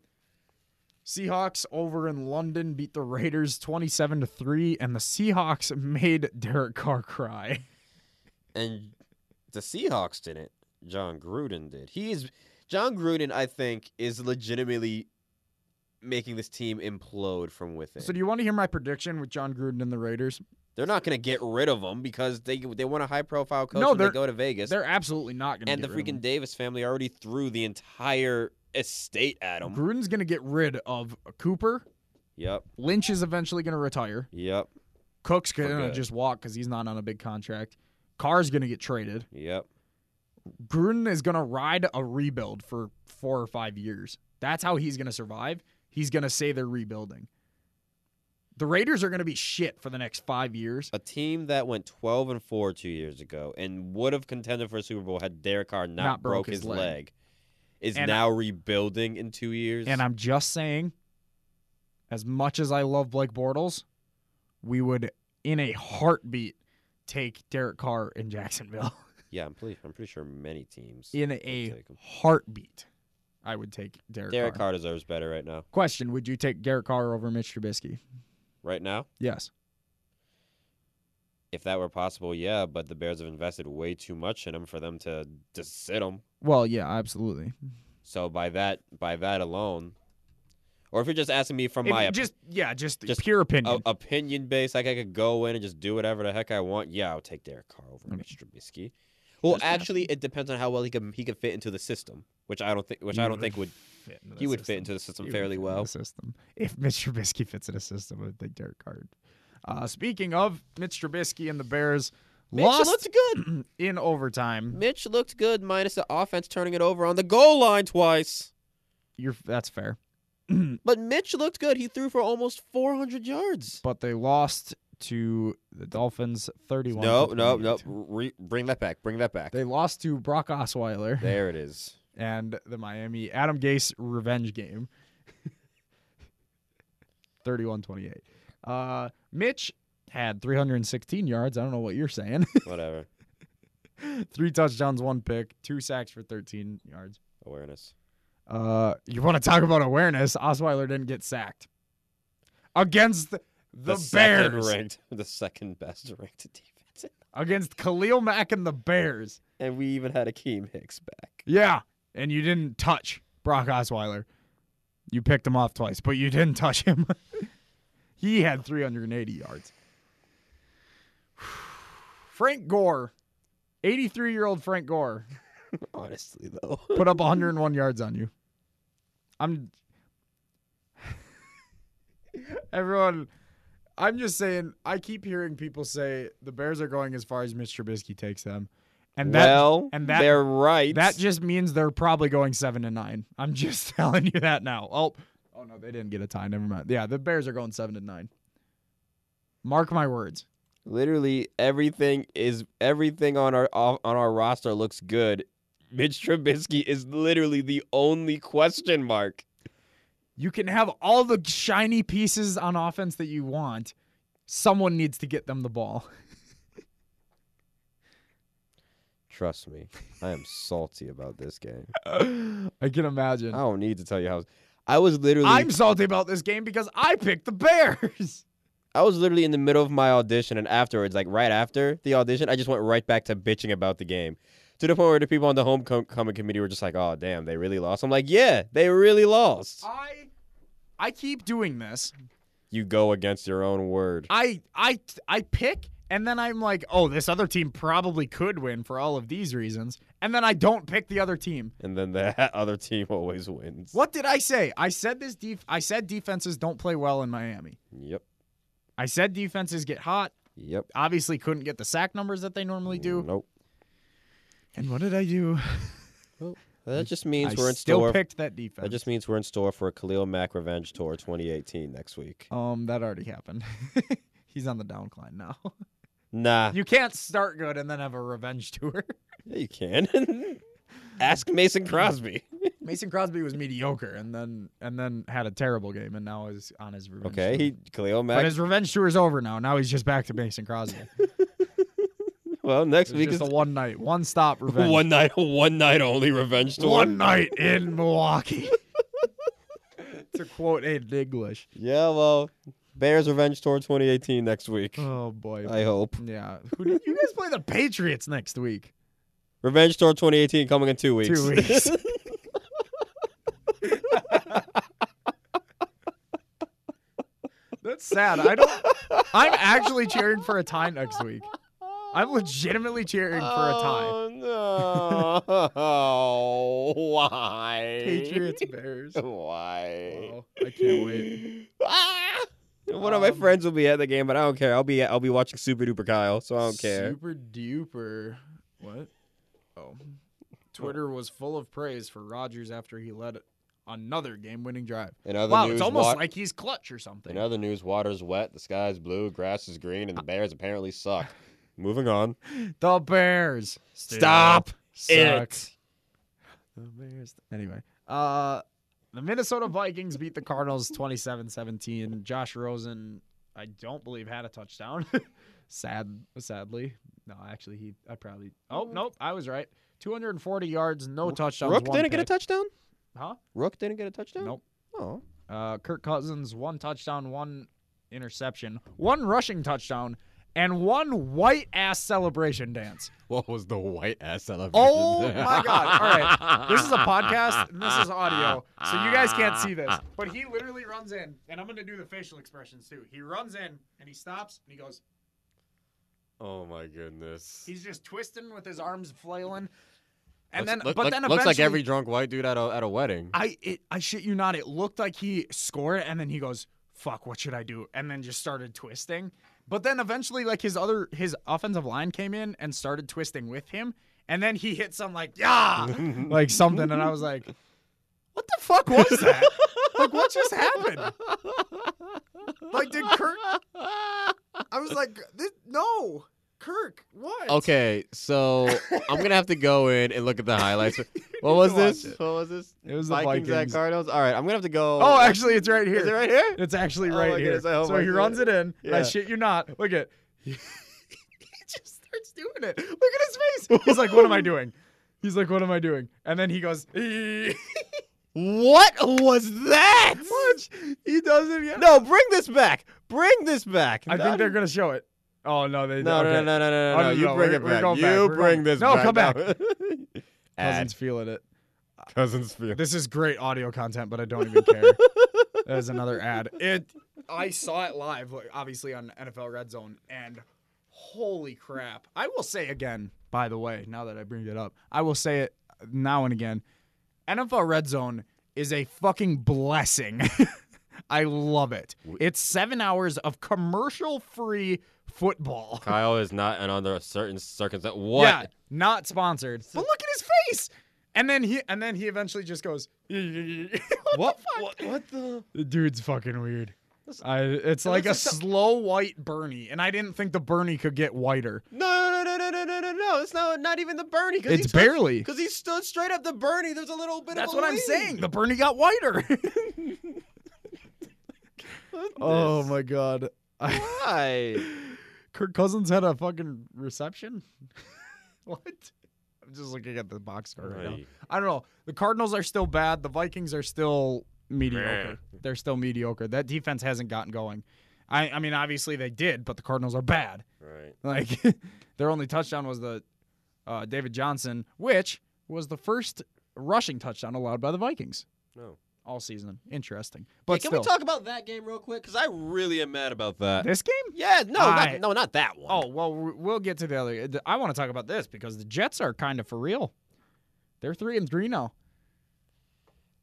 Seahawks over in London beat the Raiders 27 to 3 and the Seahawks made Derek Carr cry. And the Seahawks didn't. John Gruden did. He is John Gruden. I think is legitimately making this team implode from within. So do you want to hear my prediction with John Gruden and the Raiders? they're not going to get rid of him because they they want a high profile coach No, when they they're- go to Vegas. They're absolutely not going to And the freaking Davis family already threw the entire estate at him. Gruden's going to get rid of Cooper. Yep. Lynch is eventually going to retire. Yep. Cook's going to good. just walk cuz he's not on a big contract. Carr's going to get traded. Yep. Gruden is going to ride a rebuild for 4 or 5 years. That's how he's going to survive. He's going to say they're rebuilding. The Raiders are going to be shit for the next 5 years. A team that went 12 and 4 2 years ago and would have contended for a Super Bowl had Derek Carr not, Not broke broke his his leg. leg, is And now rebuilding in 2 years. And I'm just saying, as much as I love Blake Bortles, we would, in a heartbeat, take Derek Carr in Jacksonville. yeah, I'm pretty, I'm pretty sure many teams. in a take him. heartbeat, I would take Derek, Derek Carr deserves better right now. Question Would you take Derek Carr over Mitch Trubisky? Right now, Yes. if that were possible, yeah, but the Bears have invested way too much in him for them to just sit him. Well, yeah, absolutely. So by that by that alone, or if you're just asking me from If my you op- just yeah, just, just pure opinion. o- opinion base, like I could go in and just do whatever the heck I want. Yeah, I'll take Derek Carr over Okay. Mitch Trubisky. Well, That's fair. actually, it depends on how well he can he could fit into the system, which I don't think which I don't think would fit into the he would system. fit into the system He would fairly fit in well. the system. If Mitch Trubisky fits in a system, I would think Derek Carr. would. Uh, speaking of Mitch Trubisky and the Bears, Mitch lost looked good. in overtime. Mitch looked good, minus the offense turning it over on the goal line twice. You're that's fair, But Mitch looked good. He threw for almost 400 yards. but they lost to the Dolphins 31. No, no, no. Re- bring that back. Bring that back. They lost to Brock Osweiler there it is. and the Miami Adam Gase revenge game. 31-28. Uh, Mitch had 316 yards. I don't know what you're saying. Whatever. Three touchdowns, one pick, two sacks for 13 yards. Awareness. Uh, you want to talk about awareness? Osweiler didn't get sacked against the, second Bears, ranked, the second best ranked defense, against Khalil Mack and the Bears. and we even had Akeem Hicks back. Yeah, and you didn't touch Brock Osweiler. You picked him off twice, but you didn't touch him. he had 380 yards. Frank Gore, 83 year old Frank Gore, Honestly, though, put up 101 yards on you. I'm. Everyone, I'm just saying, I keep hearing people say the Bears are going as far as Mitch Trubisky takes them. And that, well, and that they're right. that just means they're probably going seven to nine. I'm just telling you that now. Oh, oh no, they didn't get a tie. Never mind. Yeah, the Bears are going seven to nine. Mark my words. literally everything is everything on our on our roster looks good. Mitch Trubisky is literally the only question mark. You can have all the shiny pieces on offense that you want. Someone needs to get them the ball. Trust me, I am salty about this game. I can imagine. I don't need to tell you how. I was literally I'm salty about this game because I picked the Bears. I was literally in the middle of my audition, and afterwards, like right after the audition, I just went right back to bitching about the game. To the point where the people on the homecoming committee were just like, "Oh, damn, they really lost." I'm like, "Yeah, they really lost." I I keep doing this. You go against your own word. I I I pick and then I'm like, oh, this other team probably could win for all of these reasons, and then I don't pick the other team. and then the other team always wins. What did I say? I said this def- I said defenses don't play well in Miami. Yep. I said defenses get hot. Yep. Obviously, couldn't get the sack numbers that they normally do. Nope. And what did I do? That just means I we're in still store. picked that defense. that just means we're in store for a Khalil Mack revenge tour 2018 next week. um, that already happened. He's on the downcline now. Nah, you can't start good and then have a revenge tour. yeah, you can. Ask Mason Crosby. Mason Crosby was mediocre and then and then had a terrible game and now is on his revenge. tour. Okay, he Khalil But Mack. his revenge tour is over now. Now he's just back to Mason Crosby. Well, next It's week is just a one night, one stop revenge. one night, one night only revenge tour. One night in Milwaukee. to quote Aiden English. Yeah, well, Bears revenge tour 2018 next week. Oh boy. I hope yeah. Who do you guys play the Patriots next week? revenge tour 2018 coming in two weeks. Two weeks. That's sad. I don't I'm actually cheering for a tie next week. I'm legitimately cheering for a tie. Oh no! Why? Patriots Bears. Why? Wow, I can't wait. Ah! One of my Um, friends will be at the game, but I don't care. I'll be I'll be watching Super Duper Kyle, so I don't care. Super duper. What? Oh. Twitter was full of praise for Rodgers after he led another game winning drive. In other wow, news, it's almost wat- like he's clutch or something. in other news, water's wet, the sky's blue, grass is green, Uh, and the Bears apparently suck. Moving on. The Bears. Stop still suck. The Bears. Anyway, uh, the Minnesota Vikings beat the Cardinals 27-17. Josh Rosen, I don't believe, had a touchdown. Sad, sadly, no. Actually, he. I probably. Oh nope, I was right. 240 yards, no touchdowns. Rook one didn't get a pick. touchdown. Huh? Rook didn't get a touchdown. Nope. Oh, Uh, Kirk Cousins, one touchdown, one interception, one rushing touchdown, and one white ass celebration dance. What was the white ass celebration? Oh my God. All right. This is a podcast and this is audio, so you guys can't see this. But he literally runs in, and I'm going to do the facial expressions too. He runs in and he stops and he goes, Oh my goodness. he's just twisting with his arms flailing. And Looks- then, look- but look- then looks like eventually- every drunk white dude at a at a wedding. I it, I shit you not. It looked like he scored, and then he goes, "Fuck, what should I do?" And then just started twisting. But then eventually, like his other his offensive line came in and started twisting with him, and then he hit some like yeah, like something, and I was like, "What the fuck was that? like, what just happened? Like, did Kirk I was like, this, no, Kirk, what? Okay, so I'm gonna have to go in and look at the highlights. What was Watch this? it. What was this? It was the Vikings, Vikings. at Cardinals. All right, I'm gonna have to go. Oh, actually, it's right here. is it right here? It's actually Oh right my here. goodness, I hope so I he see runs it, in. And I Yeah. shit you not. Look at. he just starts doing it. Look at his face. He's like, "What am I doing?" He's like, "What am I doing?" And then he goes, What was that? "Watch, he does it again." No, bring this back. Bring this back. I think they're gonna show it. Oh no, they No, okay. no, no, no, no, Oh, no, no, no. You no, bring we're- it we're back. going you back, we're bring going- this No, back. come back. back. Cousins Add feeling it. cousins feel. This is great audio content, but I don't even care. that is another ad. It. I saw it live, like, obviously on NFL Red Zone, and holy crap! I will say again, by the way, now that I bring it up, I will say it now and again. NFL Red Zone is a fucking blessing. I love it. It's seven hours of commercial-free football. Kyle is not and under a certain circumstance. What? Yeah, not sponsored. But look at his face. And then he and then he eventually just goes. what? What? What, what the? The dude's fucking weird. I, it's like a looks like slow white Bernie, and I didn't think the Bernie could get whiter. No, no, no, no, no, no, no, no. It's not not even the Bernie. Cause It's barely. Because he stood straight up to Bernie. There's a little bit That's of. a what I'm lean. saying. The Bernie got whiter. oh This- my god. I, Why? Kirk Cousins had a fucking reception. what? I'm just looking at the box score right now. Right. I don't know. The Cardinals are still bad. The Vikings are still mediocre. They're still mediocre. That defense hasn't gotten going. I, I mean, obviously they did, but the Cardinals are bad. Right. Like their only touchdown was the uh, David Johnson, which was the first rushing touchdown allowed by the Vikings No. all season. Interesting, but can still, we talk about that game real quick? Because I really am mad about that. this game? Yeah, no, I- not, no, not that one. Oh well, we- we'll get to the other. I want to talk about this because the Jets are kind of for real. They're three and three now.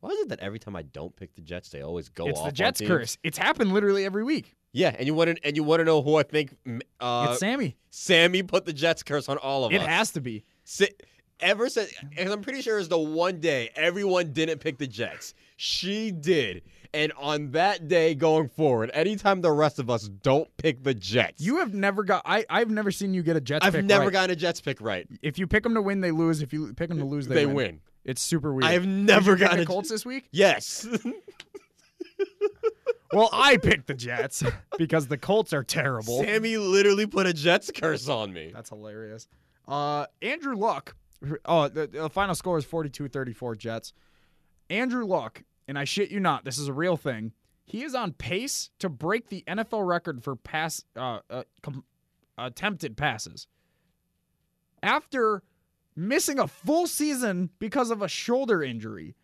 why is it that every time I don't pick the Jets, they always go it's off? the on Jets teams? curse. It's happened literally every week. Yeah, and you want to and you want to know who I think? mm, Uh, it's Sammy. Sammy put the Jets curse on all of It us. has to be. Si- ever since, because I'm pretty sure it was the one day everyone didn't pick the Jets. She did, and on that day going forward, anytime the rest of us don't pick the Jets, You have never got. I I've never seen you get a Jets. I've pick never right. gotten a Jets pick right. If you pick them to win, they lose. If you pick them to lose, they, They win. win. It's super weird. I have Did never you pick gotten the a- Colts this week. Yes. Well, I picked the Jets because the Colts are terrible. Sammy literally put a Jets curse on me. That's hilarious. Uh, Andrew Luck. Oh, the, the final score is 42 34 Jets. Andrew Luck, and I shit you not, this is a real thing. He is on pace to break the NFL record for pass uh, uh, com- attempted passes. After missing a full season because of a shoulder injury,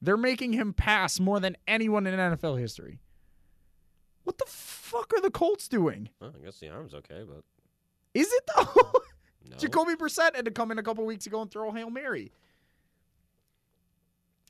they're making him pass more than anyone in NFL history. What the fuck are the Colts doing? Well, I guess the arm's okay, but Is it though? no. Jacoby Brissett had to come in a couple weeks ago and throw a Hail Mary.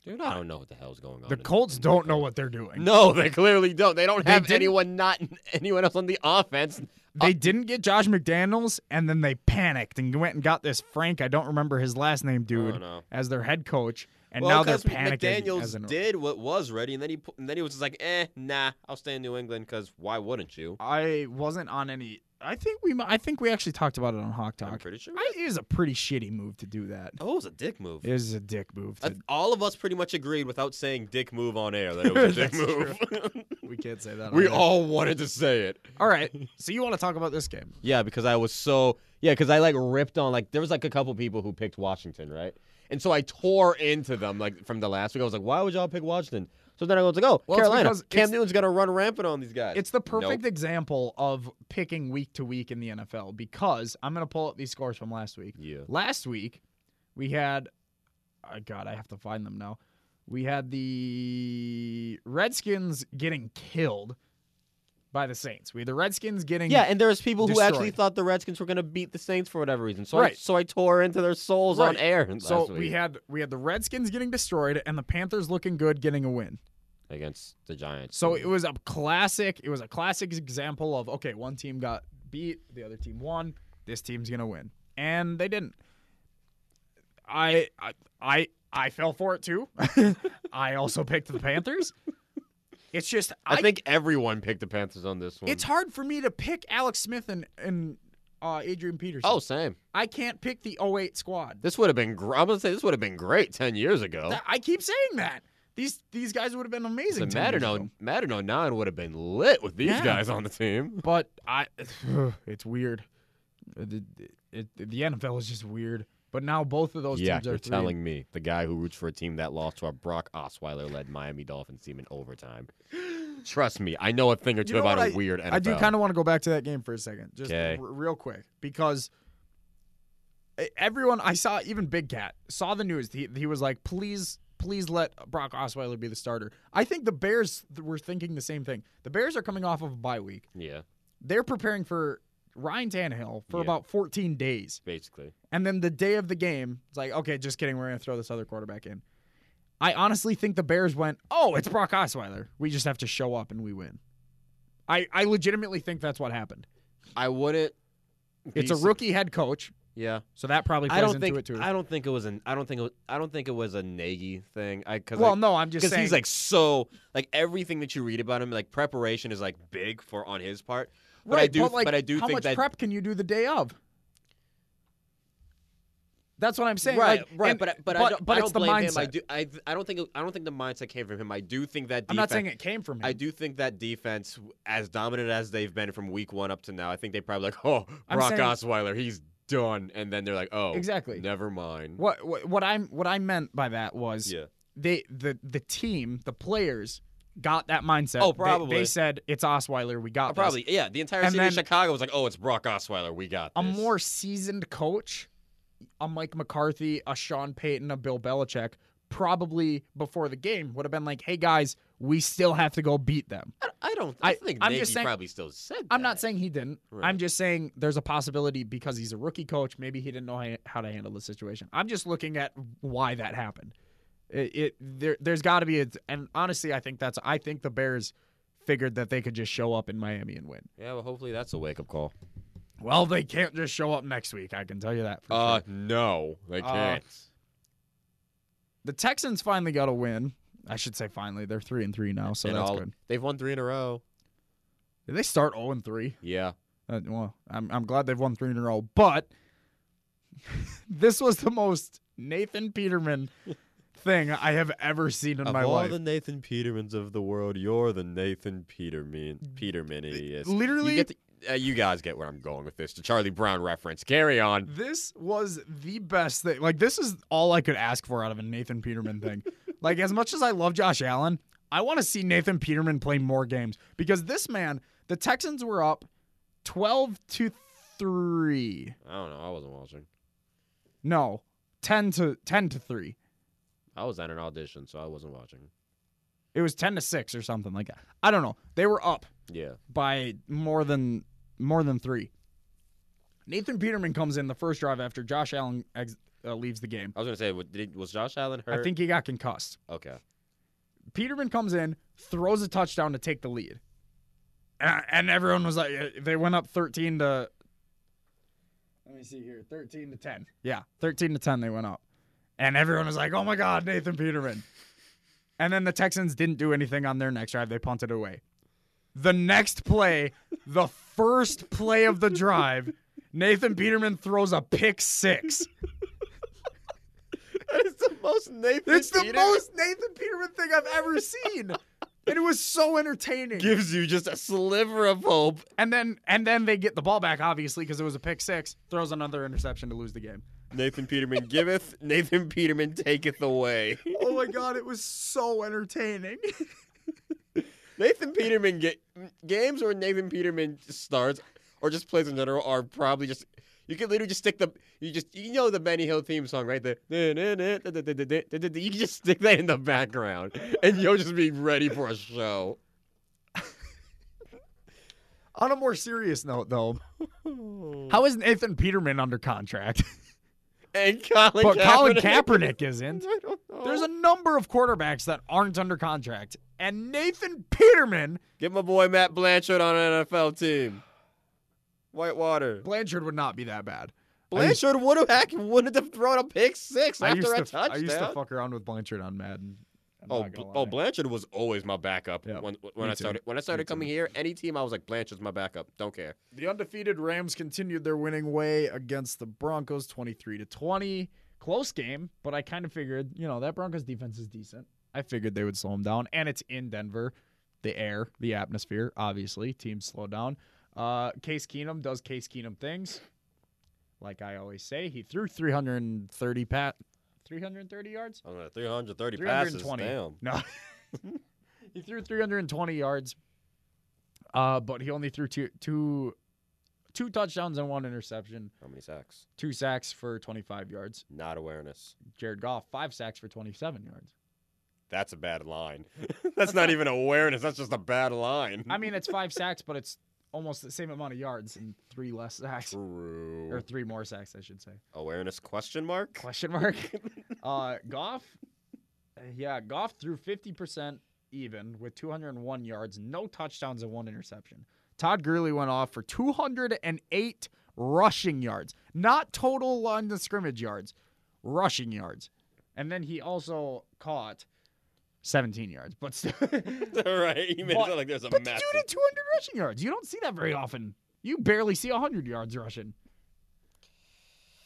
Dude, I don't know what the hell's going on. The in- Colts in don't know Buffalo. what they're doing. No, they clearly don't. They don't They have didn't- anyone not anyone else on the offense. They didn't get Josh McDaniels, and then they panicked and went and got this Frank, I don't remember his last name, dude, no. as their head coach. And well, now they're 'cause panicking. as McDaniels an- did what was ready, and then he pu- and then he was just like, "Eh, nah, I'll stay in New England because why wouldn't you?" I wasn't on any. I think we. mi- I think we actually talked about it on Hawk I'm Talk. pretty sure. I, it is a pretty shitty move to do that. oh, it was a dick move. It is a dick move. I To, th- all of us pretty much agreed without saying "dick move" on air that it was a dick That's move. we can't say that. we on air. all wanted to say it. All right. So you want to talk about this game? Yeah, because I was so yeah, because I like ripped on like there was like a couple people who picked Washington, right? And so I tore into them like from the last week. I was like, why would y'all pick Washington? So then I was like, oh, Well, it's Carolina. because it's- Cam Newton's gonna run rampant on these guys. It's the perfect Nope. example of picking week to week in the NFL because I'm going to pull up these scores from last week. Yeah. Last week, we had, oh God, I have to find them now. We had the Redskins getting killed by the Saints. We had the Redskins getting. Yeah, and there was people who actually Destroyed. thought the Redskins were gonna beat the Saints for whatever reason. So I Right. so I tore into their souls on Right. air. So last we week. had we had the Redskins getting destroyed and the Panthers looking good getting a win. against the Giants. So it was a classic. It was a classic example of okay, one team got beat, the other team won. This team's gonna win, and they didn't. I I I, I fell for it too. I also picked the Panthers, It's just I, think everyone picked the Panthers on this one. it's hard for me to pick Alex Smith and and uh, Adrian Peterson. oh, same. I can't pick the 08 squad. This would have been. Gr- I'm gonna say this would have been great ten years ago. Th- I keep saying that. These these guys would have been amazing. The 10 years ago. Madden, Madden 09 would have been lit with these Yeah. guys on the team. But I, it's weird. Uh, The, it, the NFL is just weird. But now both of those yeah, teams you're are three. telling me the guy who roots for a team that lost to a Brock Osweiler-led Miami Dolphins team in overtime. Trust me, I know a thing or two know about what a weird NFL. I do kind of want to go back to that game for a second, just 'Kay. r- real quick, because e- everyone I saw, even Big Cat, saw the news. He, he was like, "Please, please let Brock Osweiler be the starter." I think the Bears th- were thinking the same thing. The Bears are coming off of a bye week. Yeah, They're preparing for Ryan Tannehill for Yeah. about 14 days. basically. And then the day of the game, it's like, okay, just kidding. We're going to throw this other quarterback in. I honestly think the Bears went, oh, it's Brock Osweiler. We just have to show up and we win. I, I legitimately think that's what happened. I wouldn't. It's a be- rookie head coach, Yeah, so that probably plays I don't into think. it too. I don't think it was an. I don't think. It was, I don't think it was a Nagy thing. I because well, no, I'm just because saying. he's like so like everything that you read about him like preparation is like big for on his part but right, i do but, like, but i do how think much that prep can you do the day of? That's what I'm saying. right like, right and- but I- but, but, i don't, but I it's don't blame the mindset. him i do I, I don't think it- i don't think the mindset came from him i do think that defense, am not saying it came from him. I do think that defense, as dominant as they've been from week one up to now, I think they probably like, oh, I'm Brock saying- Osweiler, he's done, and then they're like, oh, Exactly. never mind. What, Uh, what what I'm what I meant by that was Yeah. they the the team the players got that mindset. Oh, They- They, probably. said it's Osweiler. We got Uh, this." Probably, yeah. The entire And city of then- Chicago was like, oh, it's Brock Osweiler, we got a this. more seasoned coach, a Mike McCarthy, a Sean Payton, a Bill Belichick. Probably before the game would have been like, "Hey guys, we still have to go beat them." I, I don't. I- I think I'm Nagy just saying- probably still said. I'm not that. saying he didn't. I'm Right. just saying there's a possibility because he's a rookie coach. Maybe he didn't know how- how to handle the situation. I'm just looking at why that happened. It, it there, there's got to be a, and honestly, I think that's I think the Bears figured that they could just show up in Miami and win. Yeah, well, hopefully that's a wake up call. Well, they can't just show up next week. I can tell you that. For Uh, sure. no, they Uh, can't. The Texans finally got a win. I should say finally. They're three and three now, so And that's all- good. They've won three in a row. Did they start zero and three? Yeah, Uh, well, I'm I'm glad they've won three in a row, but this was the most Nathan Peterman thing I have ever seen in Of my all life. the Nathan Petermans of the world, you're the Nathan Peterman Petermaniest. Literally, you, get the, uh, you guys get where I'm going with this. The Charlie Brown reference. Carry on. this was the best thing. Like this is all I could ask for out of a Nathan Peterman thing. like as much as I love Josh Allen, I want to see Nathan Peterman play more games because this man, the Texans were up twelve to three. I don't know. I wasn't watching. No, ten to ten to three. I was at an audition, so I wasn't watching. It was ten to six or something like that. I don't know. They were up. Yeah. by more than more than three. Nathan Peterman comes in the first drive after Josh Allen ex- uh, leaves the game. I was gonna say, wa- did, was Josh Allen hurt? I think he got concussed. Okay. Peterman comes in, throws a touchdown to take the lead, and, and everyone was like, uh, they went up thirteen to. Let me see here, thirteen to ten. Yeah, thirteen to ten. They went up, and everyone was like, "Oh my God, Nathan Peterman!" And then the Texans didn't do anything on their next drive. They punted away. The next play, the first play of the drive, Nathan Peterman throws a pick six. It's the most Nathan. It's the most Nathan Peterman thing I've ever seen. And it was so entertaining. gives you just a sliver of hope. And then and then they get the ball back, obviously, because it was a pick six. Throws another interception to lose the game. Nathan Peterman giveth. Nathan Peterman taketh away. Oh my god, it was so entertaining. Nathan Peterman ga- games where Nathan Peterman starts or just plays in general are probably just you can literally just stick the you just you know the Benny Hill theme song right there you can just stick that in the background and you'll just be ready for a show. On a more serious note, though, how is Nathan Peterman under contract? And Colin, But Colin Kaepernick- Kaepernick isn't. I don't know. There's a number of quarterbacks that aren't under contract, and Nathan Peterman, Get my boy Matt Blanchard on an NFL team. Whitewater. Blanchard would not be that bad. I used- Blanchard would have would have thrown a pick six I after used, a to, touchdown. I used to fuck around with Blanchard on Madden. I'm Oh, not gonna bl- lie. Oh, Blanchard was always my backup Yeah, when when me I started too. when I started coming here. Any team, I was like Blanchard's my backup. Don't care. The undefeated Rams continued their winning way against the Broncos 23 to 20. Close game, but I kind of figured, you know, that Broncos defense is decent. I figured they would slow them down, and it's in Denver. The air, the atmosphere, obviously, teams slow down. Uh, Case Keenum does Case Keenum things. Like I always say, he threw 330 pat 330 yards. I don't know, 330 320. No. he threw 320 yards. Uh, but he only threw two two two touchdowns and one interception, How many sacks? two sacks for 25 yards. Not awareness. Jared Goff, five sacks for 27 yards. That's a bad line. that's not even awareness. That's just a bad line. I mean, it's five sacks, but it's almost the same amount of yards and three less sacks. True. Or three more sacks, I should say. awareness question mark? Question mark. uh, Goff, uh, yeah, Goff threw 50% even with 201 yards, no touchdowns, and one interception. Todd Gurley went off for 208 rushing yards, not total line of scrimmage yards, rushing yards. And then he also caught 17 yards, but still. but right. You made it But- sound like there's a the dude massive. had 200 rushing yards. You don't see that very often. You barely see 100 yards rushing.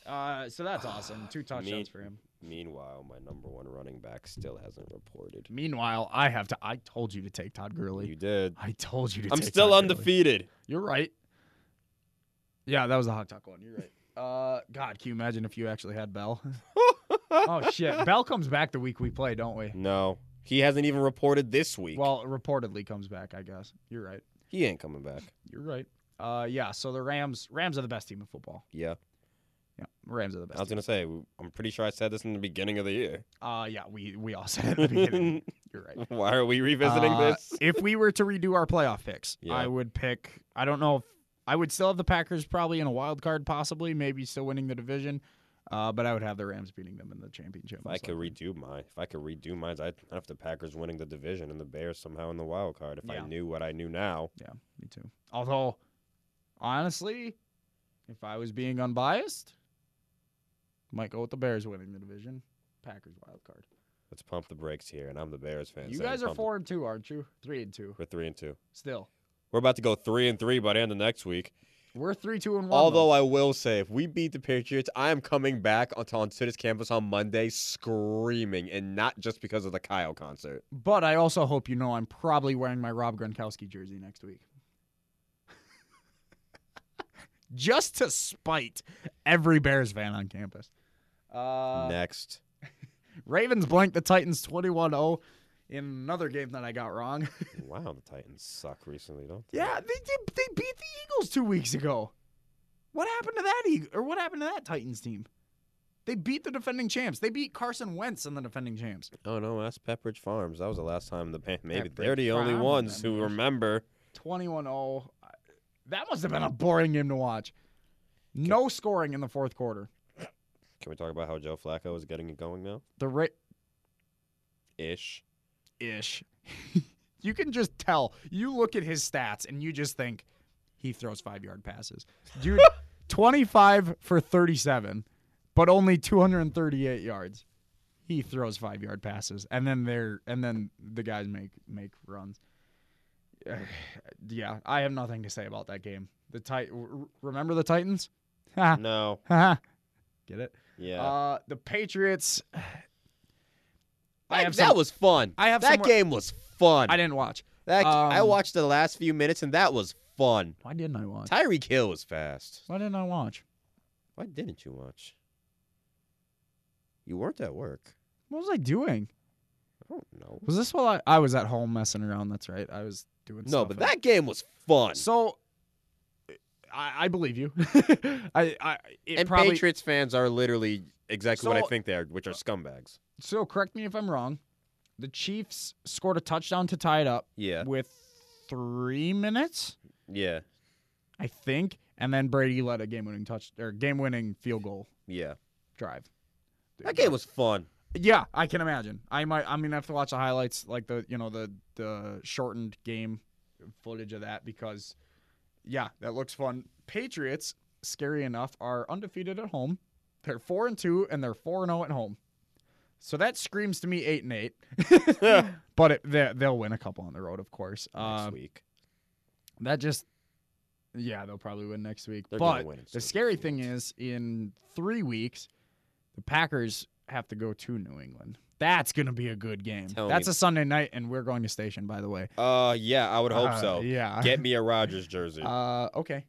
Uh, so that's awesome. Two touchdowns for him. Meanwhile, my number one running back still hasn't reported. Meanwhile, I have to. I told you to take Todd Gurley. You did. I told you to. I'm take still Todd Gurley. undefeated. You're right. Yeah, that was a hot tuck one. You're right. Uh, God, can you imagine if you actually had Bell? oh shit, Bell comes back the week we play, don't we? No. He hasn't even reported this week. Well, reportedly comes back. I guess you're right. he ain't coming back. You're right. Uh, yeah. So the Rams, Rams are the best team in football. Yeah. Yeah, Rams are the I was best. going to say, I'm pretty sure I said this in the beginning of the year. Team. Uh, yeah, we we all said it at the beginning. You're right. Why are we revisiting Uh, this? if we were to redo our playoff picks, Yeah. I would pick. I don't know if I would still have the Packers probably in a wild card, possibly maybe still winning the division, uh, but I would have the Rams beating them in the championship. If I most could likely. redo mine, if I could redo mine, I'd I'd have the Packers winning the division and the Bears somehow in the wild card. If Yeah. I knew what I knew now, yeah, me too. Although, honestly, if I was being unbiased, might go with the Bears winning the division. Packers wild card. let's pump the brakes here. And I'm the Bears fan. you saying guys are pump the- four and two, aren't you? Three and two We're three and two. still. We're about to go three and three by the end of next week. We're three two and one. Although I will say, if we beat the Patriots, I am coming back on, on Citi's campus on Monday screaming, and not just because of the Kyle concert. though. but I also hope you know I'm probably wearing my Rob Gronkowski jersey next week. just to spite every Bears fan on campus. Uh, next, Ravens blanked the Titans 21 0 in another game that I got wrong. wow, the Titans suck recently, don't they? yeah, they, did, they beat the Eagles two weeks ago. What happened to that Eagle, or what happened to that Titans team? They beat the defending champs. They beat Carson Wentz and the defending champs. Oh no, that's Pepperidge Farms. That was the last time the band. Maybe Pepperidge they're the only Farm, ones that who is. remember. 21 0. oh. That must have been a boring game to watch. No scoring in the fourth quarter. Can we talk about how Joe Flacco is getting it going now? The Ra- Ish. ish. you can just tell. You look at his stats and you just think he throws five yard passes. Dude, 25 for 37, but only 238 yards. He throws five yard passes, and then they're and then the guys make make runs. Yeah, I have nothing to say about that game. The Tit- r- remember the Titans? Ha No. ha. Get it? Yeah. Uh, the Patriots. I That- have that some- was fun. I have that some- game was fun. I didn't watch. that, I um, watched the last few minutes and that was fun. Why didn't I watch? Tyreek Hill was fast. Why didn't I watch? Why didn't you watch? You weren't at work. What was I doing? I don't know. Was this while I, I was at home messing around? That's right. I was doing No, stuff but at- that game was fun. So I, I believe you. I, I it and probably Patriots fans are literally exactly what I So- think they are, which are scumbags. so correct me if I'm wrong. The Chiefs scored a touchdown to tie it up Yeah. with three minutes, Yeah. I think, and then Brady led a game-winning touch or game-winning field goal Yeah. drive. That game was fun. Yeah, I can imagine. I might. I'm gonna have to watch the highlights, like the you know the the shortened game footage of that because, yeah, that looks fun. Patriots, scary enough, are undefeated at oh home. They're four and two, and they're four and zero at home. So that screams to me eight and eight. but it, they, they'll win a couple on the road, of course. Uh, next week. that just, yeah, they'll probably win next week. They're gonna but win. It's the just scary the thing is, in three weeks, the Packers have to go to New England. That's going to be a good game. Tell That's me. a Sunday night, and we're going to station, by the way. Uh, yeah, I would hope Uh, so. Yeah. Get me a Rogers jersey Uh, okay.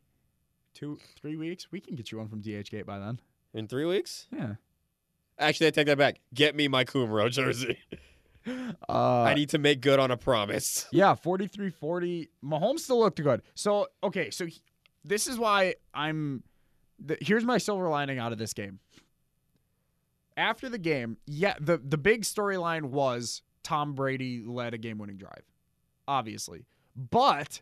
Two, three weeks. We can get you one from DHgate by then. in three weeks. Yeah. Actually, I take that back. Get me my Kumro jersey. Uh, I need to make good on a promise. yeah, 43 40. Mahomes still looked good. So, okay. So he- this is why I'm. The, here's my silver lining out of this game. After the game, yeah, the, the big storyline was Tom Brady led a game winning drive, obviously. But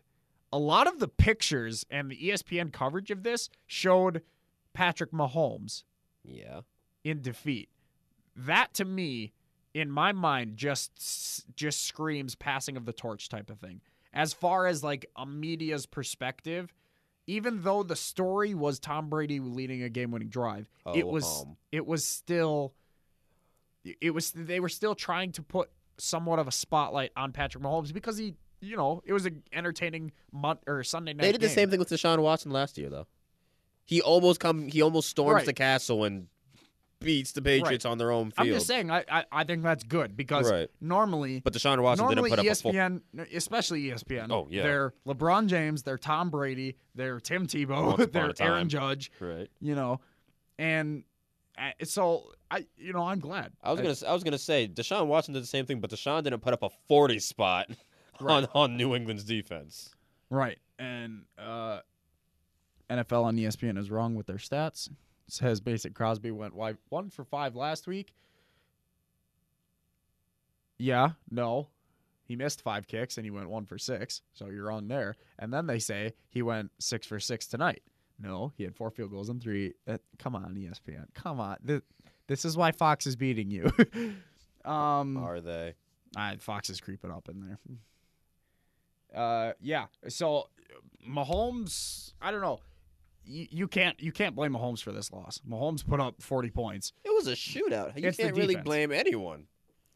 a lot of the pictures and the E ESPN coverage of this showed Patrick Mahomes Yeah. in defeat. That to me, in my mind, just s- just screams passing of the torch type of thing. As far as like a media's perspective, even though the story was Tom Brady leading a game-winning drive, it Oh, was um. it was still it was they were still trying to put somewhat of a spotlight on Patrick Mahomes because he, you know, it was an entertaining month or Sunday night. They did the game. same thing with Deshaun Watson last year, though. He almost come. He almost storms Right. the castle and beats the Patriots on their own field. I'm just saying, I, I I think that's good because Right. normally But Deshaun Watson Normally, E didn't put up a full. ESPN, especially E ESPN. Oh, yeah. They're LeBron James, they're Tom Brady, they're Tim Once upon Tebow, a they're time. Aaron Judge. Right. You know, and uh, so I, you know, I'm glad. I was gonna. s- I was gonna say Deshaun Watson did the same thing, but Deshaun didn't put up a forty spot on Right. on New England's defense. right, and uh, NFL on E ESPN is wrong with their stats. Says Basic Crosby went wi- one for five last week. Yeah, no. He missed five kicks and he went one for six. So you're on there. And then they say he went six for six tonight. No, he had four field goals and three. uh, come on, ESPN. Come on. This, this is why Fox is beating you. um, Are they? Ah, Fox is creeping up in there. Uh, yeah. So Mahomes, I don't know. You, you can't you can't blame Mahomes for this loss. Mahomes put up 40 points. It was a shootout. You It's the can't really defense. blame anyone.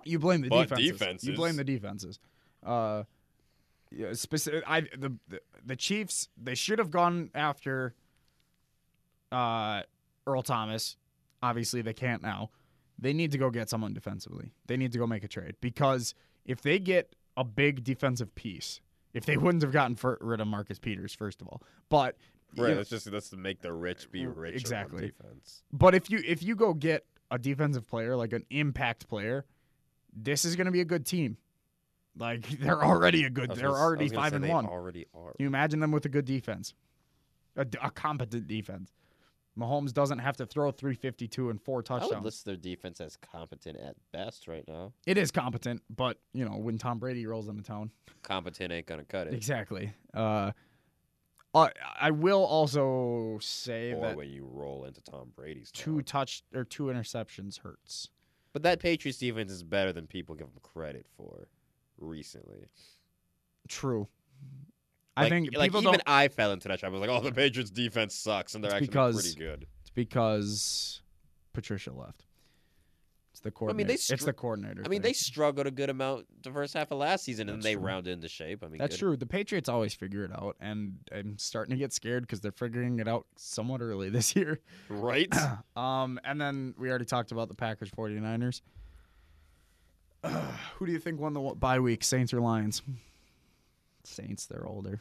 You blame the But defenses. You defenses. blame the defenses. Uh, yeah, specific. I the, the the Chiefs they should have gone after uh Earl Thomas. Obviously, they can't now. They need to go get someone defensively. They need to go make a trade because if they get a big defensive piece, if they wouldn't have gotten for, rid of Marcus Peters first of all, but you know- just let's make the rich be R- richer on exactly. defense. But if you if you go get a defensive player, like an impact player, this is going to be a good team. Like they're already a I good. was They're gonna s- I already was gonna five say and they one. Already are. Can you imagine them with a good defense, a, d- a competent defense? Mahomes doesn't have to throw 352 and four I would touchdowns. list their defense as competent at best right now. It is competent, but you know when Tom Brady rolls into town, Competent ain't gonna cut it. exactly. Uh, I, I will also say Or that when you roll into Tom Brady's two town. touch or two interceptions hurts. But that Patriots defense is better than people give them credit for recently. True. I Like- think like people even don't I fell into that trap. I was like, "Oh, the Patriots defense sucks, and they're It's actually because pretty good." It's because Patricia left. It's the mean, coordinator. they it's str- the coordinator. I mean, thing. they struggled a good amount the first half of last season, and That's they true. rounded into shape. I mean, That's good- true. The Patriots always figure it out, and I'm starting to get scared because they're figuring it out somewhat early this year. right? Um, and then we already talked about the Packers 49ers. Ugh, who do you think won the wa- bye week, Saints or Lions? Saints, they're older.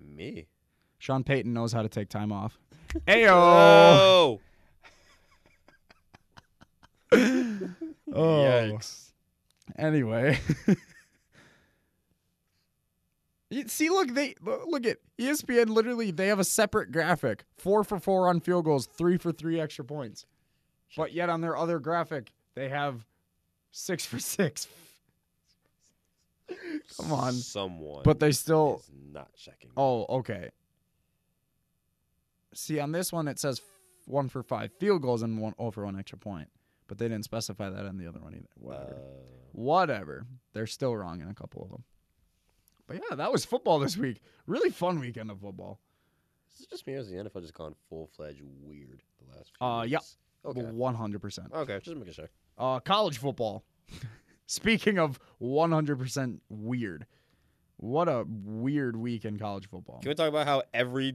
Me. Sean Payton knows how to take time off. Ayo! Oh, oh. yikes! Anyway. You- See, look, they lo- look at E ESPN. Literally, they have a separate graphic: four for four on field goals, three for three extra points. But yet, on their other graphic, they have six for six. Come on. someone. But they still. is not checking. Uh, Oh, okay. See, on this one, it says f- one for five field goals and one over one extra point. But they didn't specify that on the other one either. Whatever. whatever. They're still wrong in a couple of them. But yeah, that was football this week. Really fun weekend of football. Is it just me or is the NFL just gone full fledged weird the last few Uh, yeah. weeks? Okay. One hundred percent. Okay, just making sure. Uh, college football. Speaking of 100% weird, what a weird week in college football. Can we talk about how every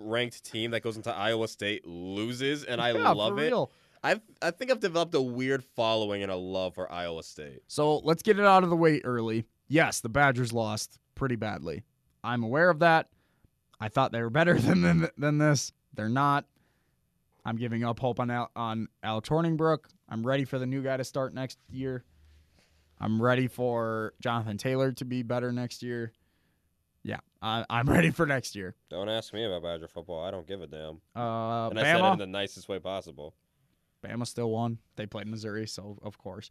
ranked team that goes into Iowa State loses, and I Yeah, love for it. real. I've I think I've developed a weird following and a love for Iowa State. So let's get it out of the way early. Yes, the Badgers lost pretty badly. I'm aware of that. I thought they were better than than, than this. They're not. I'm giving up hope on Al, on Al Torningbrook. I'm ready for the new guy to start next year. I'm ready for Jonathan Taylor to be better next year. Yeah, I, I'm ready for next year. Don't ask me about Badger football. I don't give a damn. Uh, And I said it in Bama, the nicest way possible. Bama still won. They played Missouri, so of course.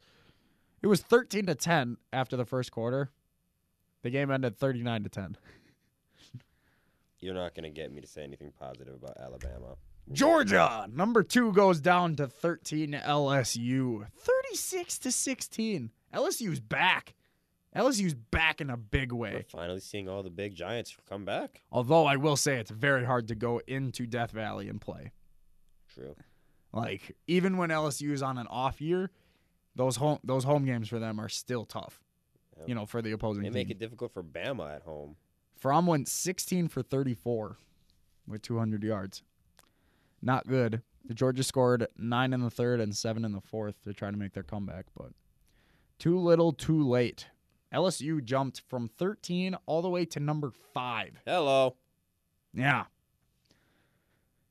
It was 13 to 10 after the first quarter. The game ended 39 to 10. You're not gonna get me to say anything positive about Alabama. Georgia, number two, goes down to 13 to LSU. 36 to 16. LSU's back. LSU's back in a big We're way. finally seeing all the big giants come back. Although I will say it's very hard to go into Death Valley and play. True. Like even when LSU is on an off year, those home those home games for them are still tough. Yeah. You know, for the opposing They team. make it difficult for Bama at home. Fromm went 16 for 34 with 200 yards. Not good. The Georgia scored nine in the third and seven in the fourth to try to make their comeback, but too little, too late. LSU jumped from 13 all the way to number five. Hello. Yeah.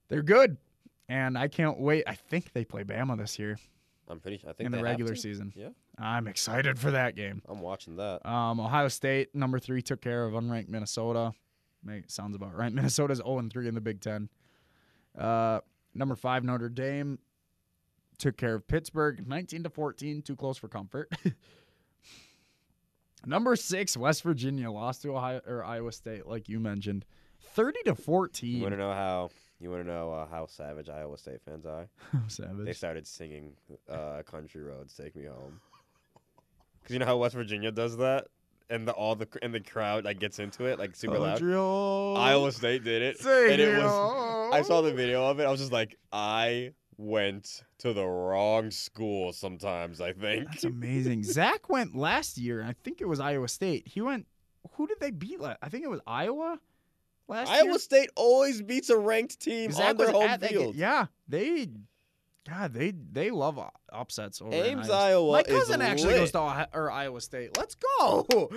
They're good. And I can't wait. I think they play Bama this year I'm pretty. sure I think in the they have regular to. season. Yeah. I'm excited for that game. I'm watching that. Um, Ohio State, number three, took care of unranked Minnesota. Make, sounds about right. Minnesota's 0 3 in the Big Ten. Uh, number five, Notre Dame, took care of Pittsburgh, 19 to 14, too close for comfort. number six, West Virginia, lost to Ohio or Iowa State, like you mentioned, 30 to You want 14. to know how? You want to know uh, how savage Iowa State fans are? They Savage. started singing uh, "Country Roads, Take Me Home," because you know how West Virginia does that, and the all the and the crowd like gets into it like super loud. Iowa State did it, and it was. I saw the video of it. I was just like, I went to the wrong school. Sometimes I think That's amazing. Zach went last year, and I think it was Iowa State. He went. Who did they beat? Last? I think it was Iowa. Last Iowa year? State always beats a ranked team Zach on their was home at that game. field. Yeah, they. God, they they love u- upsets over in Ames, Iowa. State. Iowa My is cousin actually goes lit. to Ohio, or Iowa State. Let's go.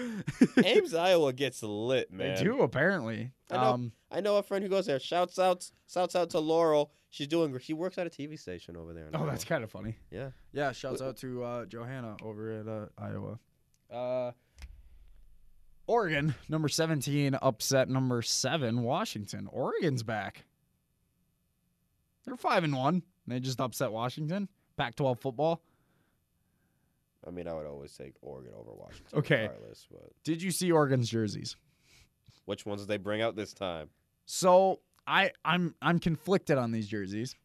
Ames, Iowa gets lit, man. They do apparently. I know. Um, I know a friend who goes there. Shouts out, shouts out to Laurel. She's doing. gr- She works at a TV station over there. in oh, Iowa. that's kind of funny. Yeah. Yeah. Shouts Wh- out to uh, Johanna over at uh, Iowa. Uh, Oregon number seventeen upset number seven Washington. Oregon's back. They're five and one. They just upset Washington. Pac-12 football. I mean, I would always take Oregon over Washington. Okay. Regardless, but Did you see Oregon's jerseys? which ones did they bring out this time? So I I'm I'm conflicted on these jerseys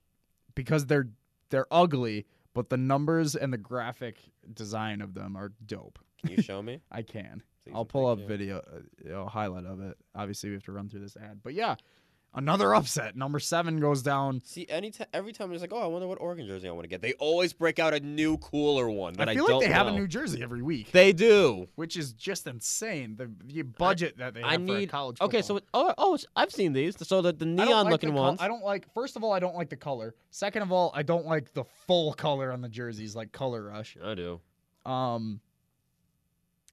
because they're they're ugly, but the numbers and the graphic design of them are dope. Can you show me? I can. See I'll some pull up pictures. video uh, you know, highlight of it. Obviously, we have to run through this ad, but yeah, another upset. Number seven goes down. See, any t- every time it's like, oh, I wonder what Oregon jersey I want to get. They always break out a new cooler one that I I, feel don't like they have a know. new jersey every week, They do. which is just insane. The, the budget that they have I for a need- college. Okay, football. so it, oh, oh, it's- I've seen these. So the, the I don't neon like the looking col- ones. I don't like. First of all, I don't like the color. Second of all, I don't like the full color on the jerseys, like color rush. I do. Um,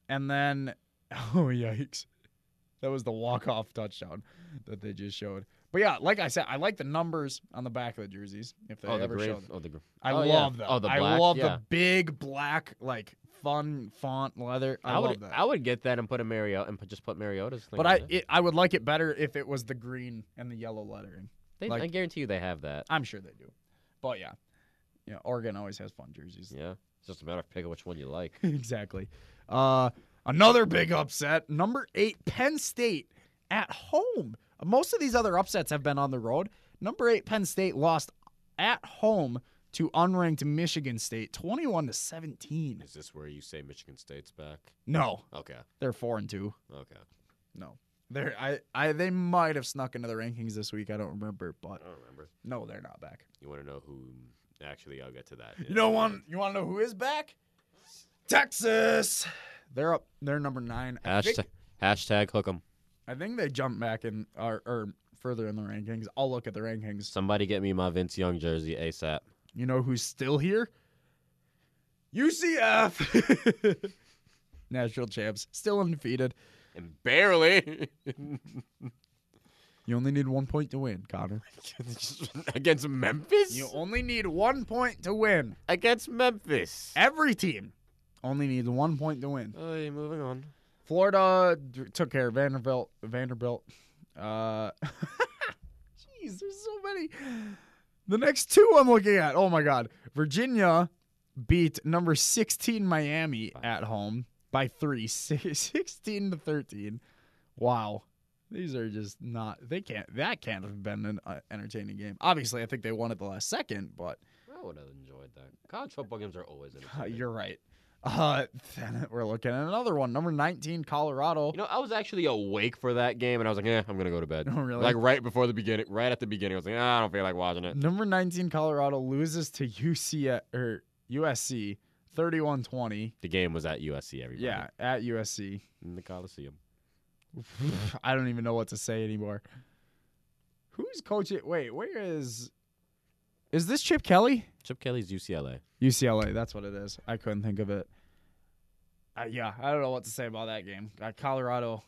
and then, oh yikes, that was the walk-off touchdown that they just showed. But yeah, like I said, I like the numbers on the back of the jerseys if they oh, the ever green. show them. Oh, the green. I Oh, yeah. love them. Oh, the I black, love yeah. the big black, like fun font leather. I, would. love that. I would get that and put a Mariota and put, just put Mariota's thing. but on I, it. it, I would like it better if it was the green and the yellow lettering. They- like- I guarantee you they have that. I'm sure they do. But yeah, yeah. Oregon always has fun jerseys. Yeah, it's just a matter of picking which one you like. exactly. Uh, another big upset. Number eight, Penn State at home. Most of these other upsets have been on the road. Number eight, Penn State lost at home to unranked Michigan State, twenty-one to seventeen. Is this where you say Michigan State's back? No, Okay, they're four and two. okay. No, they're I, I they might have snuck into the rankings this week. I don't remember, but don't remember. no, they're not back. You want to know who Actually, I'll get to that. You know one. You want to know who is back? Texas. They're up. They're number nine. I think, Hashtag, hashtag hook 'em. I think they jumped back in or, or further in the rankings. I'll look at the rankings. Somebody get me my Vince Young jersey ASAP. You know who's still here? UCF. National champs, still undefeated. And barely You only need one point to win, Connor. against Memphis. You only need one point to win. against Memphis. Every team only needs one point to win. Oh, yeah, moving on. Florida d- took care of Vanderbilt. Vanderbilt. Uh, Jeez, there's so many. The next two I'm looking at. Oh my God, Virginia beat number 16 Miami at home by three, si- 16 to 13. Wow, these are just not. They can't. That can't have been an uh, entertaining game. Obviously, I think they won at the last second, but I would have enjoyed that. College football games are always uh, entertaining. you're right. Uh, then we're looking at another one. Number 19 Colorado. You know, I was actually awake for that game, and I was like, "Yeah, I'm gonna go to bed." Oh, really? Like right before the beginning, right at the beginning, I was like, "Ah, "I don't feel like watching it." Number 19 Colorado loses to UC or USC 31-20. The game was at USC. Everybody. Yeah, at USC. In the Coliseum. I don't even know what to say anymore. Who's coaching? Wait, where is Is this Chip Kelly? Chip Kelly's UCLA. UCLA, that's what it is. I couldn't think of it. Uh, yeah, I don't know what to say about that game. Uh, Colorado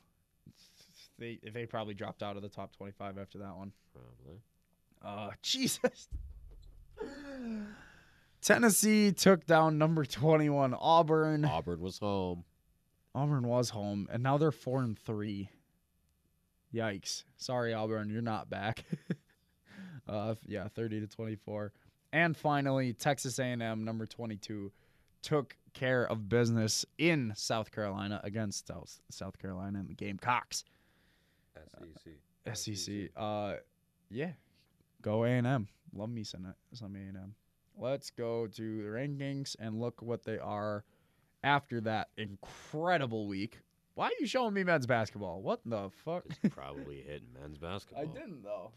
they they probably dropped out of the top 25 after that one. Probably. Oh, Jesus. Tennessee took down number 21 Auburn. Auburn was home. Auburn was home and now they're 4 and 3. Yikes. Sorry Auburn, you're not back. uh yeah, 30 to 24. And finally, Texas A&M number 22 took care of business in South Carolina against South, South Carolina and the Gamecocks. SEC. SEC. Uh, yeah, go A and M. Love me some some A and M. Let's go to the rankings and look what they are after that incredible week. Why are you showing me men's basketball? What the fuck? Probably hitting men's basketball. I didn't though.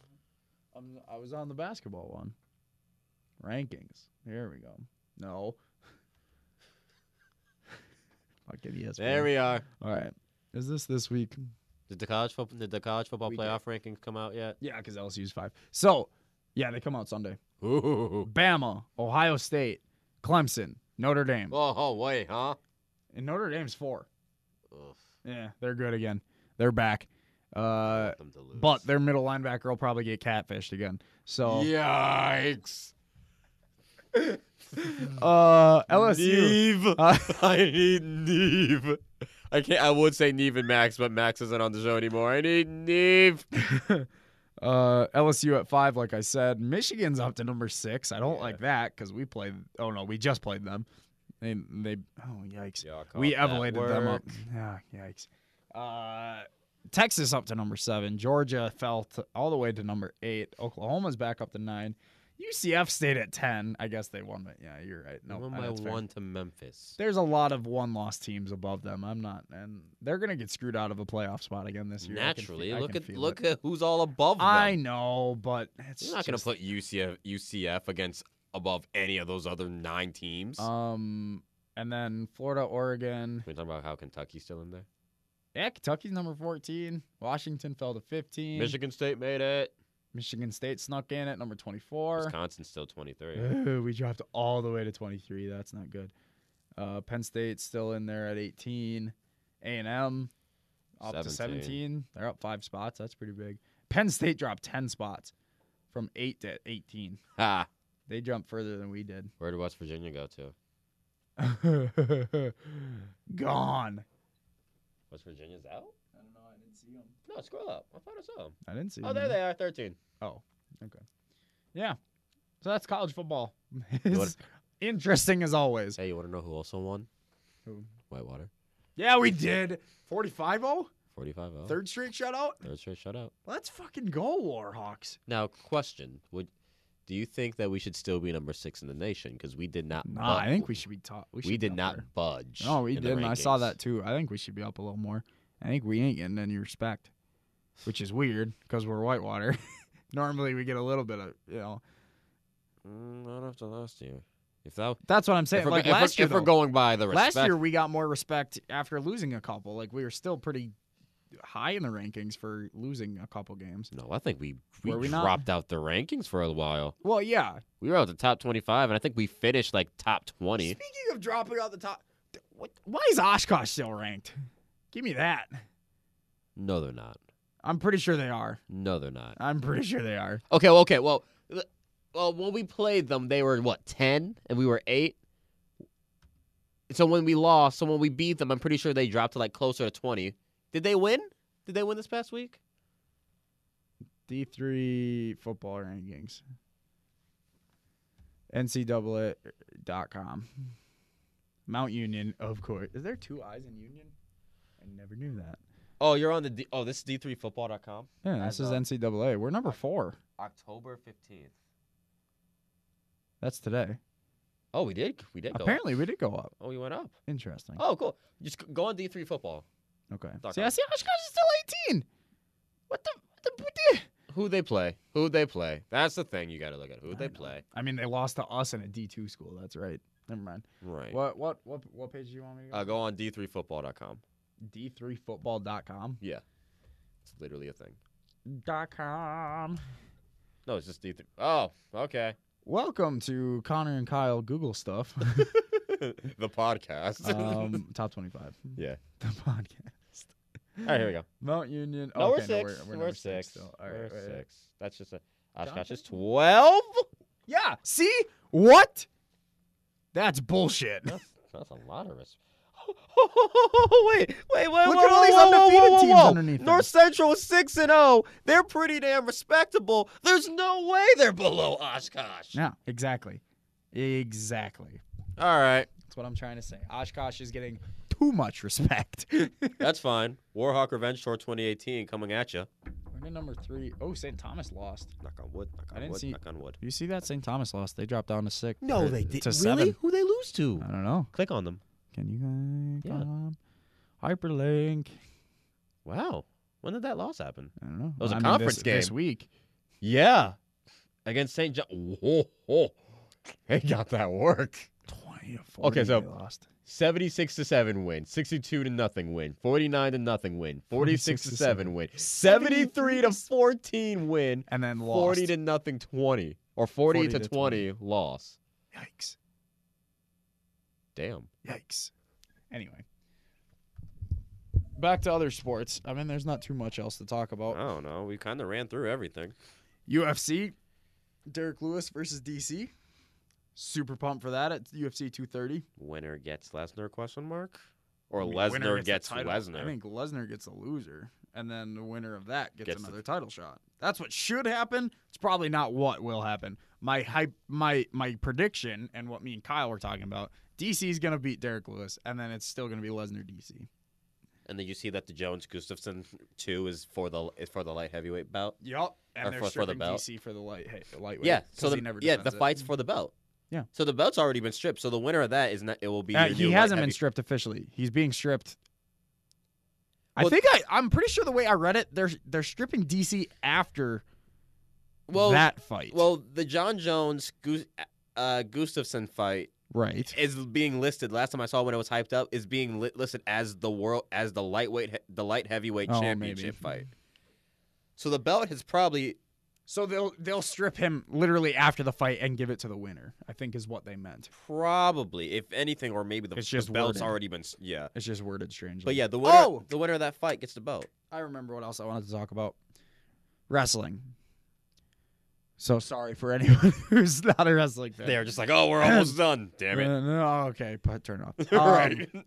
I'm, I was on the basketball one. Rankings. Here we go. No. Fucking ESPN. There we are. All right. Is this this week? Did the college football did the college football We playoff rankings come out yet? Yeah, because LSU's five. So, yeah, they come out Sunday. Ooh. Bama, Ohio State, Clemson, Notre Dame. Oh, oh wait, huh? and Notre Dame's four. Oof. Yeah, they're good again. They're back. Uh, Them to lose. but their middle linebacker will probably get catfished again. So yikes. uh, LSU. Neve. Uh, I need Neve. I can't. I would say Neve and Max, but Max isn't on the show anymore. I need Neve. uh, LSU at five, like I said. Michigan's up to number six. I don't like that because we played. Oh no, we just played them. They they. Oh yikes. we evaluated elevated them up. Yeah, yikes. Uh, Texas up to number seven. Georgia fell to, all the way to number eight. Oklahoma's back up to nine. UCF stayed at ten. I guess they won it. Yeah, you're right. No, No, uh, my that's fair. one to Memphis. There's a lot of one-loss teams above them. I'm not, and they're gonna get screwed out of a playoff spot again this year. I can fe- Naturally, I look can at feel look it. at who's all above them. I know, but it's You're not going to just- put UCF UCF against above any of those other nine teams. Um, and then Florida, Oregon. we talking about how Kentucky's still in there. Yeah, Kentucky's number 14. Washington fell to 15. Michigan State made it. Michigan State snuck in at number 24. Wisconsin's still 23. Ooh, we dropped all the way to 23. That's not good. Uh, Penn State's still in there at 18. A&M up to 17. 17. They're up five spots. That's pretty big. Penn State dropped 10 spots from 8 to 18. ha! They jumped further than we did. Where did West Virginia go to? Gone. West Virginia's out. No, scroll up. I thought I saw them. I didn't see Oh, there them. they are, 13. Oh, okay. Yeah. So that's college football. wanna- It's interesting as always. Hey, you want to know who also won? Who? Whitewater. Yeah, we did. 45 0? 45 oh. 0. Third straight shutout? Third straight shutout. Let's fucking go, Warhawks. Now, question. Would do you think that we should still be number six in the nation? Because we did not. Nah, I bu- think we should be top. We, should We be did up not there. budge. No, we in the didn't. I saw rankings. that too. I think we should be up a little more. I think we ain't getting any respect, which is weird because we're Whitewater. Normally we get a little bit of you know Mm, not after last year. If that, That's what I'm if saying. we're, Like if we're- last year, if we're though, going by the respect, last year we got more respect after losing a couple. Like we were still pretty high in the rankings for losing a couple games. no, I think we we, Were we not? dropped out the rankings for a while. Well, yeah. We were out the top twenty-five, and I think we finished like top twenty. Speaking of dropping out the top, what, why is Oshkosh still ranked? Give me that. No, they're not. I'm pretty sure they are. No, they're not. I'm pretty sure they are. Okay, well, okay, well, l- well, when we played them, they were what ten, and we were eight. So when we lost, so when we beat them, I'm pretty sure they dropped to like closer to twenty. Did they win? Did they win this past week? D3 football rankings. NCAA.com. Mount Union, of course. Is there two eyes in Union? I never knew that. Oh, you're on the D- oh, this is d3football.com. Yeah, this As is of- NCAA. We're number four. October 15th. That's today. Oh, we did we did go. up. Apparently, we did go up. Oh, we went up. Interesting. Oh, cool. Just g- go on D3 football. okay. dot See, I com. see Oshkosh is still 18. What the? What the, what the Who they play? Who they play? That's the thing you got to look at. Who they know. play? I mean, they lost to us in a D2 school. That's right. Never mind. Right. What what what what page do you want me to go? Uh, go on d3football.com. D3football.com. It's literally a thing. Dot com. No, it's just D3. Oh, okay. Welcome to Connor and Kyle Google stuff. the podcast. um, top 25. Yeah. The podcast. All right, here we go. Mount Union. No, we're okay, no, 6. we're, number 6. still. All We're right, wait, wait. 6. That's just a Oshkosh Jonathan? is 12. Yeah. See what? That's bullshit. That's, that's a lot of risk. wait, wait, wait, whoa, Look at all these whoa, whoa, whoa, undefeated whoa, teams whoa. underneath them. North Central is six and zero. They're pretty damn respectable. There's no way they're below Oshkosh. Yeah. Exactly. Exactly. All right. That's what I'm trying to say. Oshkosh is getting too much respect. We're That's fine. Warhawk Revenge Tour 2018 coming at you. in number three. Oh, St. Thomas lost. Knock on wood. Knock I on didn't wood. see- Knock on wood. You see that St. Thomas lost? They dropped down to six. No, or they To didn't. Really? seven. Who they lose to? I don't know. Click on them. Can you click Yeah. on hyperlink? Wow. When did that loss happen? I don't know. That was a I mean, conference this- this game. week. Yeah. Against St. John. Whoa, whoa. They got that work. 20 to 40 Okay, so- they lost. 76 to 7 win, 62 to nothing win, 49 to nothing win, 46 to 7 win, 73 73 to 14 win, and then lost. 40 to nothing 20 or 40, 40 to to 20 loss. yikes. Damn. Yikes. Anyway. Back to other sports. I mean, there's not too much else to talk I about. don't know. We kind of ran through everything. UFC, Derek Lewis versus DC. Super pumped for that at UFC 230. Winner gets Lesnar question mark or Winner Lesnar the gets, title. I Lesnar. think Lesnar gets the loser, and then the winner of that gets, Gets the- another title shot. That's what should happen. It's probably not what will happen. My hype, my my prediction, and what me and Kyle were talking about. DC is gonna beat Derek Lewis, and then it's still gonna be Lesnar DC. And then you see that the Jones Gustafson 2 is for the is for the light heavyweight bout. Yep, and Or they're for- for the stripping belt. DC for the light hey, lightweight. Yeah, 'cause so the he never yeah the defends it. fight's for the belt. Yeah. So the belt's already been stripped. So the winner of that is not. It will be. Uh, your he new hasn't been light heavy- stripped officially. He's being stripped. I Well- think I, I'm pretty sure the way I read it, they're they're stripping DC after Well, that fight. well, the John Jones Gus- uh, Gustafson fight right. is being listed. Last time I saw when it was hyped up, is being li- listed as the world as the lightweight he- the light heavyweight Oh, championship maybe. fight. So the belt has probably So they'll they'll strip him literally after the fight and give it to the winner. I think is what they meant. probably, if anything, or maybe the, It's the just belt's worded. already been s- yeah. It's just worded strangely. But yeah, the winner Oh! the winner of that fight gets the belt. I remember what else I wanted to talk about. Wrestling. So sorry for anyone who's not a wrestling fan. They're just like, oh, we're almost done. Damn it! Uh, no, okay, but turn it off. right. Um,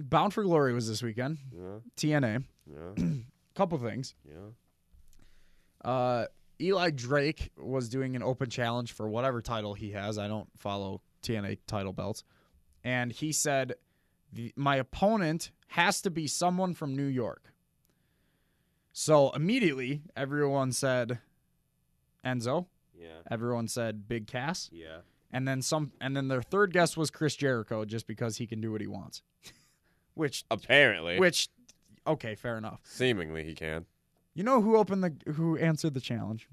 Bound for Glory was this weekend. Yeah, TNA. yeah, Couple things. yeah. Uh, Eli Drake was doing an open challenge for whatever title he has. I don't follow TNA title belts. And he said, the, My opponent has to be someone from New York. So immediately, everyone said Enzo. Yeah, Everyone said Big Cass. yeah. And then some. And then their third guess was Chris Jericho, just because he can do what he wants. which, Apparently. which, okay, fair enough. Seemingly he can. You know who opened the who answered the challenge?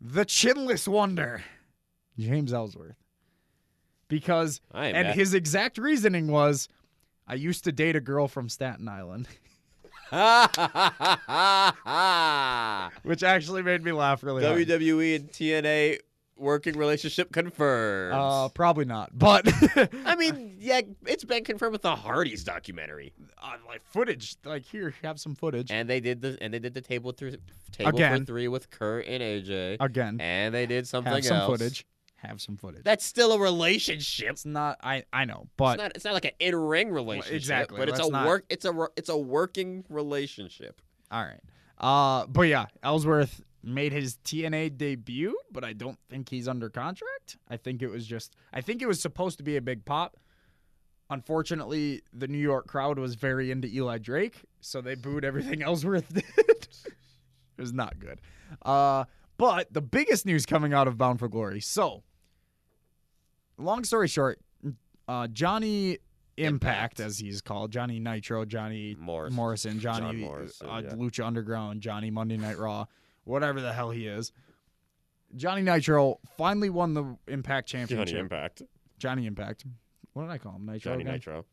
the chinless wonder, James Ellsworth. Because I am and mad. his exact reasoning was I used to date a girl from Staten Island, which actually made me laugh really hard. WWE E and TNA working relationship confirmed. Uh, probably not, but uh, I mean, yeah, it's been confirmed with the Hardys documentary. uh, like footage, like here, have some footage And they did the and they did the table through table for Again. three with Kurt and AJ. again. And they did something Have some else. footage. Have some footage. That's still a relationship. It's not. I I know, but It's not. It's not like an in-ring relationship. exactly, But it's let's a not- work. It's a. wor- It's a working relationship. All right. Uh, but yeah, Ellsworth made his TNA debut, but I don't think he's under contract. I think it was just, I think it was supposed to be a big pop. Unfortunately, the New York crowd was very into Eli Drake, so they booed everything Ellsworth did. it was not good. Uh, but the biggest news coming out of Bound for Glory. So, long story short, uh, Johnny Impact, as he's called, Johnny Nitro, Johnny Morris. Morrison, Johnny John Morrison, uh, yeah. Lucha Underground, Johnny Monday Night Raw, whatever the hell he is. Johnny Nitro finally won the Impact Championship. Johnny Impact. Johnny Impact. What did I call him? Nitro. Johnny again? Nitro.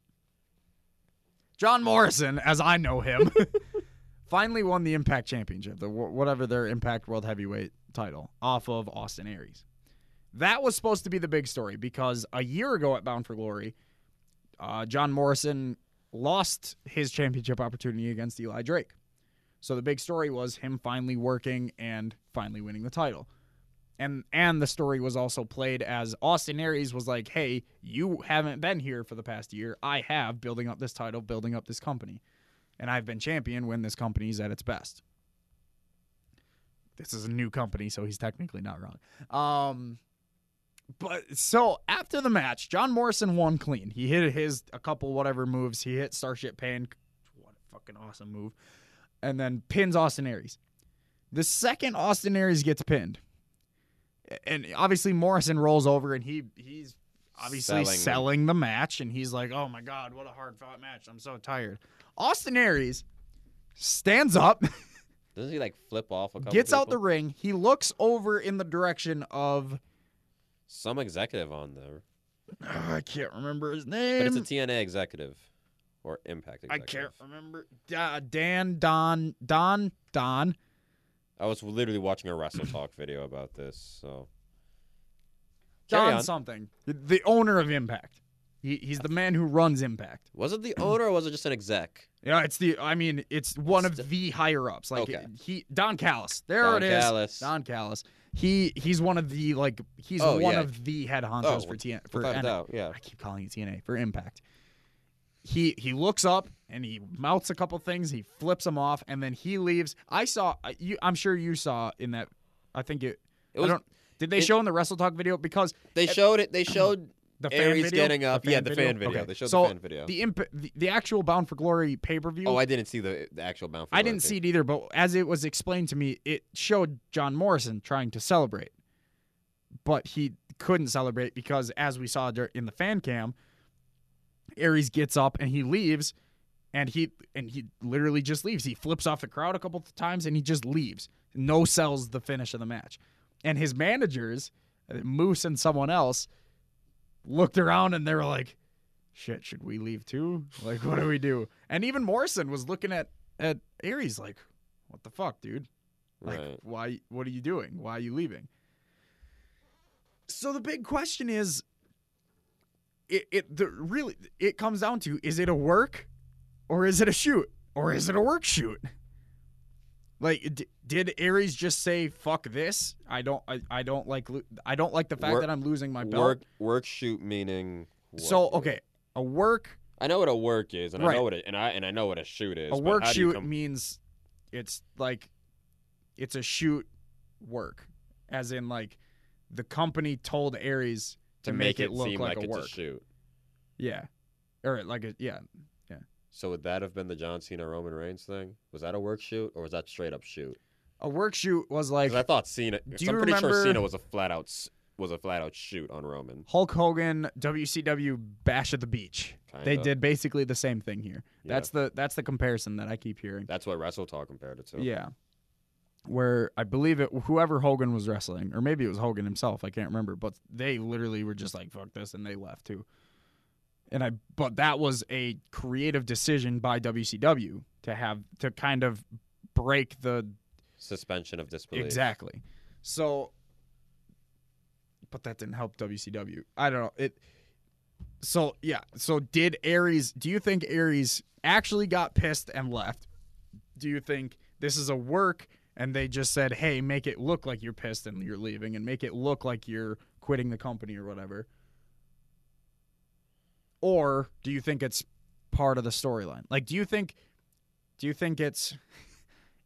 John Morrison, as I know him, finally won the Impact Championship, the wh- whatever their Impact World Heavyweight title, off of Austin Aries. That was supposed to be the big story because a year ago at Bound for Glory, uh, John Morrison lost his championship opportunity against Eli Drake. So the big story was him finally working and finally winning the title. And and the story was also played as Austin Aries was like, "Hey, you haven't been here for the past year. I have building up this title, building up this company. And I've been champion when this company's at its best." This is a new company, so he's technically not wrong. Um but so after the match, John Morrison won clean. He hit his a couple whatever moves. He hit Starship Pain. What a fucking awesome move and then pins Austin Aries. The second Austin Aries gets pinned, and obviously Morrison rolls over and he he's obviously Selling. selling, the match, and he's like, "Oh my god, what a hard fought match! I'm so tired." Austin Aries stands up, Doesn't he like flip off a couple? gets out the people? ring. He looks over in the direction of some executive on there, ah, I can't remember his but it's a name. TNA executive or Impact I I executive. can't remember Da- Dan Don Don Don. I was literally watching a Wrestle Talk video about this. So Carry John on. something. The- The owner of Impact. He, he's the man who runs Impact. was it the owner or was it just an exec? Yeah, it's the. I mean, it's one of the higher ups. Like Okay. he, Don Callis. There Don it is. Callis. Don Callis. He he's one of the like he's Oh, one yeah. of the head honchos Oh, for TN for Without a N- doubt, yeah. I keep calling it TNA for Impact. He he looks up and he mouths a couple things. He flips them off and then he leaves. I saw I- you. I'm sure you saw in that. I think it. It was I don't. Did they it- show in the Wrestle Talk video? Because they showed it. They showed the fan Aries video? getting up. The yeah, fan the video? fan video. Okay. They showed so the fan video. The, imp- the the actual Bound for Glory pay per view. oh, I didn't see the, the actual bound. For I Glory didn't thing. see it either, but as it was explained to me, it showed John Morrison trying to celebrate, but he couldn't celebrate because, as we saw dur- in the fan cam, Aries gets up and he leaves, and he and he literally just leaves. He flips off the crowd a couple of times and he just leaves. No sells the finish of the match, and his managers, uh, Moose and someone else, looked around and they were like. Shit, should we leave too? Like, what do we do? And even Morrison was looking at at Aries like, "What the fuck, dude? Like, Right. why? What are you doing? Why are you leaving?" So the big question is, it it the really it comes down to is it a work, or is it a shoot, or is it a work shoot? Like, d- did Aries just say "fuck this"? I don't, I, I don't like, lo- I don't like the fact Work- that I'm losing my belt. work work shoot meaning. what? so okay, a work I know what a work is, and I Right. know what a, and I and I know what a shoot is. a but work how do you shoot come- means it's like it's a shoot work as in like the company told aries to, make, it, look seem like, a it's work a shoot. yeah or like a yeah So would that have been the John Cena Roman Reigns thing? Was that a work shoot or was that straight up shoot? a work shoot was like Because I thought Cena. you I'm pretty sure remember- Cena was a flat out s- was a flat out shoot on Roman. hulk hogan wcw bash at the beach they Kinda. did basically the same thing here Yeah. that's the that's the comparison that i keep hearing That's what Wrestle Talk compared it to. yeah where I believe it whoever Hogan was wrestling, or maybe it was Hogan himself, I can't remember, but they literally were just like, fuck this, and they left too. And I but that was a creative decision by WCW to have to kind of break the Suspension of disbelief. Exactly. So, but that didn't help WCW. I don't know it. So yeah. So did Aries? Do you think Aries actually got pissed and left? Do you think this is a work and they just said, "Hey, make it look like you're pissed and you're leaving, and make it look like you're quitting the company or whatever"? Or do you think it's part of the storyline? Like, do you think? Do you think it's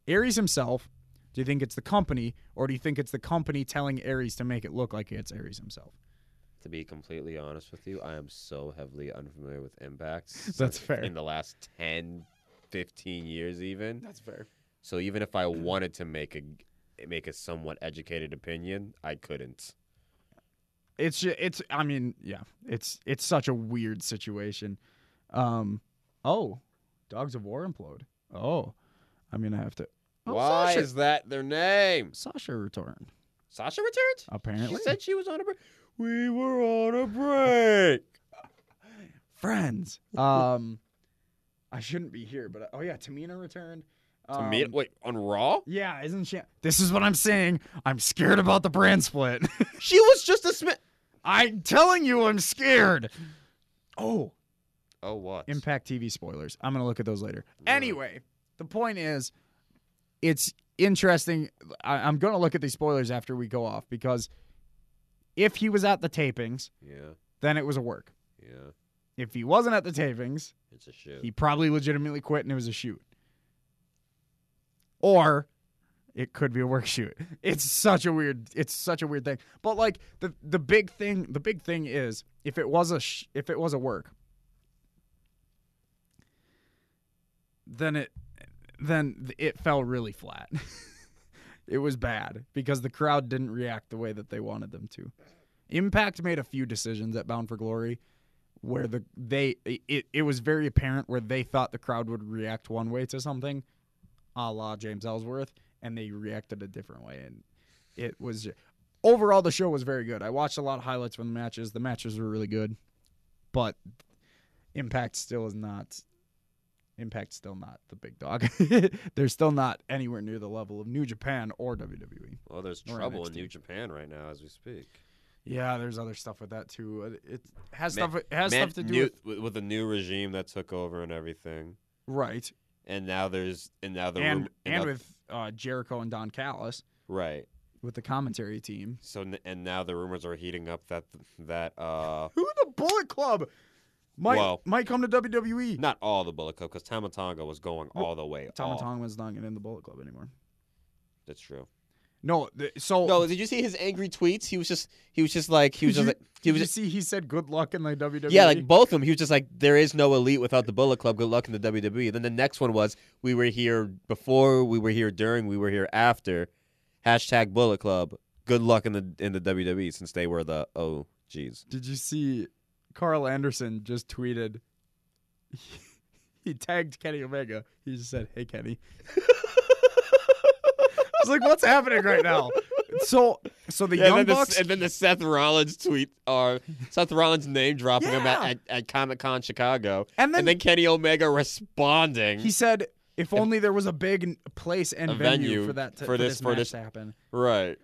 Aries himself do you think it's the company, or do you think it's the company telling Aries to make it look like it's Aries himself? To be completely honest with you, I am so heavily unfamiliar with impacts. That's fair. In the last 10, 15 years, even. That's fair. So even if I Mm-hmm. wanted to make a make a somewhat educated opinion, I couldn't. It's ju- it's. I mean, yeah. It's it's such a weird situation. Um. Oh, Dogs of War implode. Oh, I'm gonna have to. Oh, Why Sasha, is that their name? Sasha returned? Sasha returned? Apparently, She said she was on a break. We were on a break. friends. Um, I shouldn't be here, but oh yeah, Tamina returned. To Um, meet wait on Raw? Yeah, isn't she? This is what I'm saying. I'm scared about the brand split. She was just a Smith. I'm telling you, I'm scared. Oh, Oh what? Impact TV spoilers. I'm going to look at those later. Anyway, the point is, it's interesting. I, I'm going to look at these spoilers after we go off because if he was at the tapings, yeah, then it was a work. yeah. If he wasn't at the tapings, It's a shoot. he probably legitimately quit and it was a shoot. Or it could be a work shoot. It's such a weird it's such a weird thing. But like the the big thing the big thing is if it was a sh- if it was a work then it then it fell really flat. it was bad because the crowd didn't react the way that they wanted them to. Impact made a few decisions at Bound for Glory where the they it, it was very apparent where they thought the crowd would react one way to something, a la James Ellsworth, and they reacted a different way, and it was overall the show was very good. I watched a lot of highlights from the matches. The matches were really good, but Impact still is not. Impact's still not the big dog. They're still not anywhere near the level of New Japan or E. WWE. well, there's Or trouble in NXT. New Japan right now as we speak. Yeah, there's other stuff with that too. It, it has Man- stuff. It has Man, stuff to do new, with with, with the new regime that took over and everything. right And now there's and now the and rumor, and now- with uh, Jericho and Don Callis right. with the commentary team. So n- and now the rumors are heating up that that uh Who the Bullet Club? Might Well- might come to E. WWE. not all the Bullet Club because Tamatanga was going all the way. Tom off. Tonga's not getting in the Bullet Club anymore. That's true. No, th- so No, did you see his angry tweets? He was just he was just like he was did just you, like he was did you just see he said good luck in the WWE. yeah, like both of them. He was just like, "There is no elite without the Bullet Club. Good luck in the WWE." Then the next one was, "We were here before, we were here during, we were here after." Hashtag Bullet Club. Good luck in the in the WWE since they were the oh geez. did you see Carl Anderson just tweeted? He tagged Kenny Omega. He just said, "Hey Kenny." I was like, "What's happening right now?" So, so the Yeah, Young and, then Bucks. the, and then the Seth Rollins tweet or Seth Rollins name dropping him at, Yeah. at, at Comic Con Chicago, And then- and then Kenny Omega responding. He said, "If only there was a big n- place and Hmm? A venue, venue for that to, for this- for match this- to happen." right,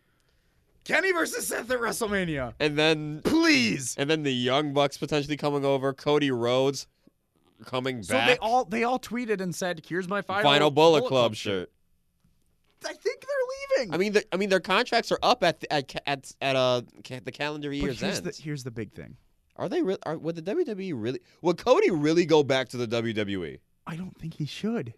Kenny versus Seth at WrestleMania, and then please. and then the Young Bucks potentially coming over. Cody Rhodes coming So back. they all they all tweeted and said, "Here's my final, final, Bullet, Club shirt. I think they're leaving. I mean, the, I mean, their contracts are up at the, at ca- at at uh ca- the calendar But year's here's end. the, here's the big thing. Are they really? Are, would the WWE really? Would Cody really go back to the WWE? I don't think he should.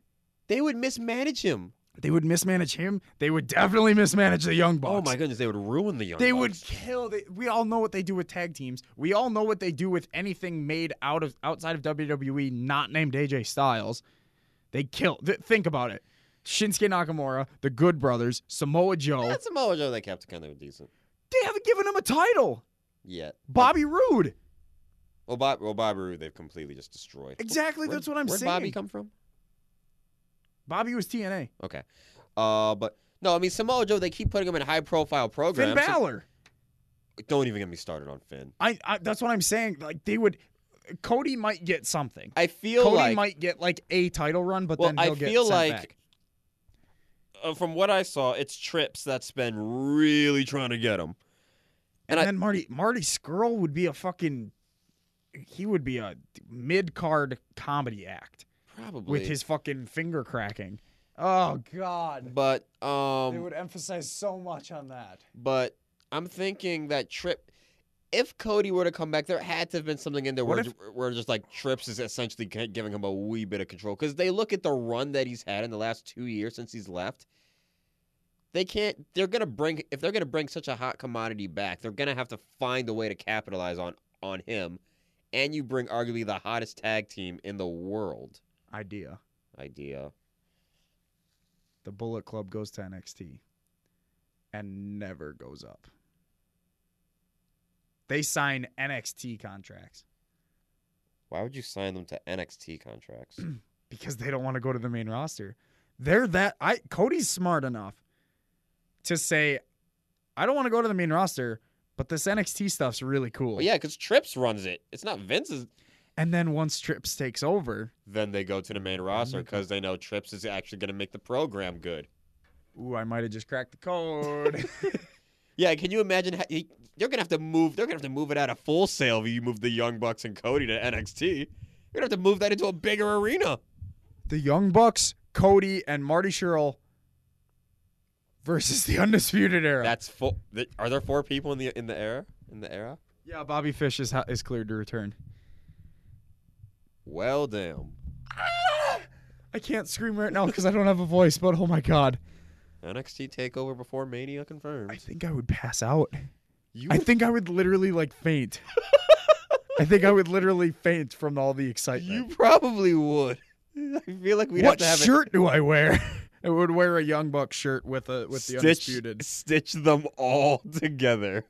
They would mismanage him. They would mismanage him. They would definitely mismanage the Young Bucks. Oh my goodness, they would ruin the young. They Bucks. would kill. They, we all know what they do with tag teams. We all know what they do with anything made out of outside of WWE, not named AJ Styles. They kill. Th- think about it: Shinsuke Nakamura, the Good Brothers, Samoa Joe. That's Samoa Joe. They kept kind of decent. They haven't given him a title. Yeah. Bobby Roode. Well, Bob. Well, Bobby Roode. They've completely just destroyed. Exactly. Where- that's what I'm where'd saying. Bobby come from? Bobby was TNA. Okay. Uh, but No, I mean Samoa Joe. They keep putting him in high profile programs. Finn so- Balor. don't even get me started on Finn. I, I that's what I'm saying. Like they would, Cody might get something. I feel Cody like might get like a title run, but Well, then I he'll get feel sent like- back. uh, from what I saw, it's Trips that's been really trying to get him. And, and I- then Marty Marty Skrull would be a fucking, he would be a mid card comedy act Probably with his fucking finger cracking. Oh God, But um, emphasize so much on that. but I'm thinking that Trip, if Cody were to come back, there had to have been something in there where, What where just like Trips is essentially ki- giving him a wee bit of control because they look at the run that he's had in the last two years since he's left. They can't. They're gonna bring if they're gonna bring such a hot commodity back, they're gonna have to find a way to capitalize on on him, and you bring arguably the hottest tag team in the world. Idea. Idea. The Bullet Club goes to NXT, and never goes up. They sign NXT contracts. Why would you sign them to NXT contracts? because they don't want to go to the main roster. They're that I Cody's smart enough to say, I don't want to go to the main roster, but this NXT stuff's really cool. well, yeah, because Trips runs it. It's not Vince's. And then once Trips takes over, then they go to the main roster because they know Trips is actually going to make the program good. ooh, I might have just cracked the code. Yeah, can you imagine? How, he, they're going to have to move. They're going to have to move it out of full sale. If you move the Young Bucks and Cody to NXT, you're going to have to move that into a bigger arena. the Young Bucks, Cody, and Marty Sherrill versus the Undisputed Era. That's full. Th- are there four people in the in the era? In the era? yeah, Bobby Fish is, ho- is cleared to return. Well, damn. I can't scream right now because I don't have a voice, but oh my god. NXT takeover before Mania confirmed. I think I would pass out. you I think I would literally like faint. I think I would literally faint from all the you excitement. probably would. I feel like we what have to have shirt do I wear? I would wear a Young Buck shirt with a with the stitch, undisputed. Stitch them all together.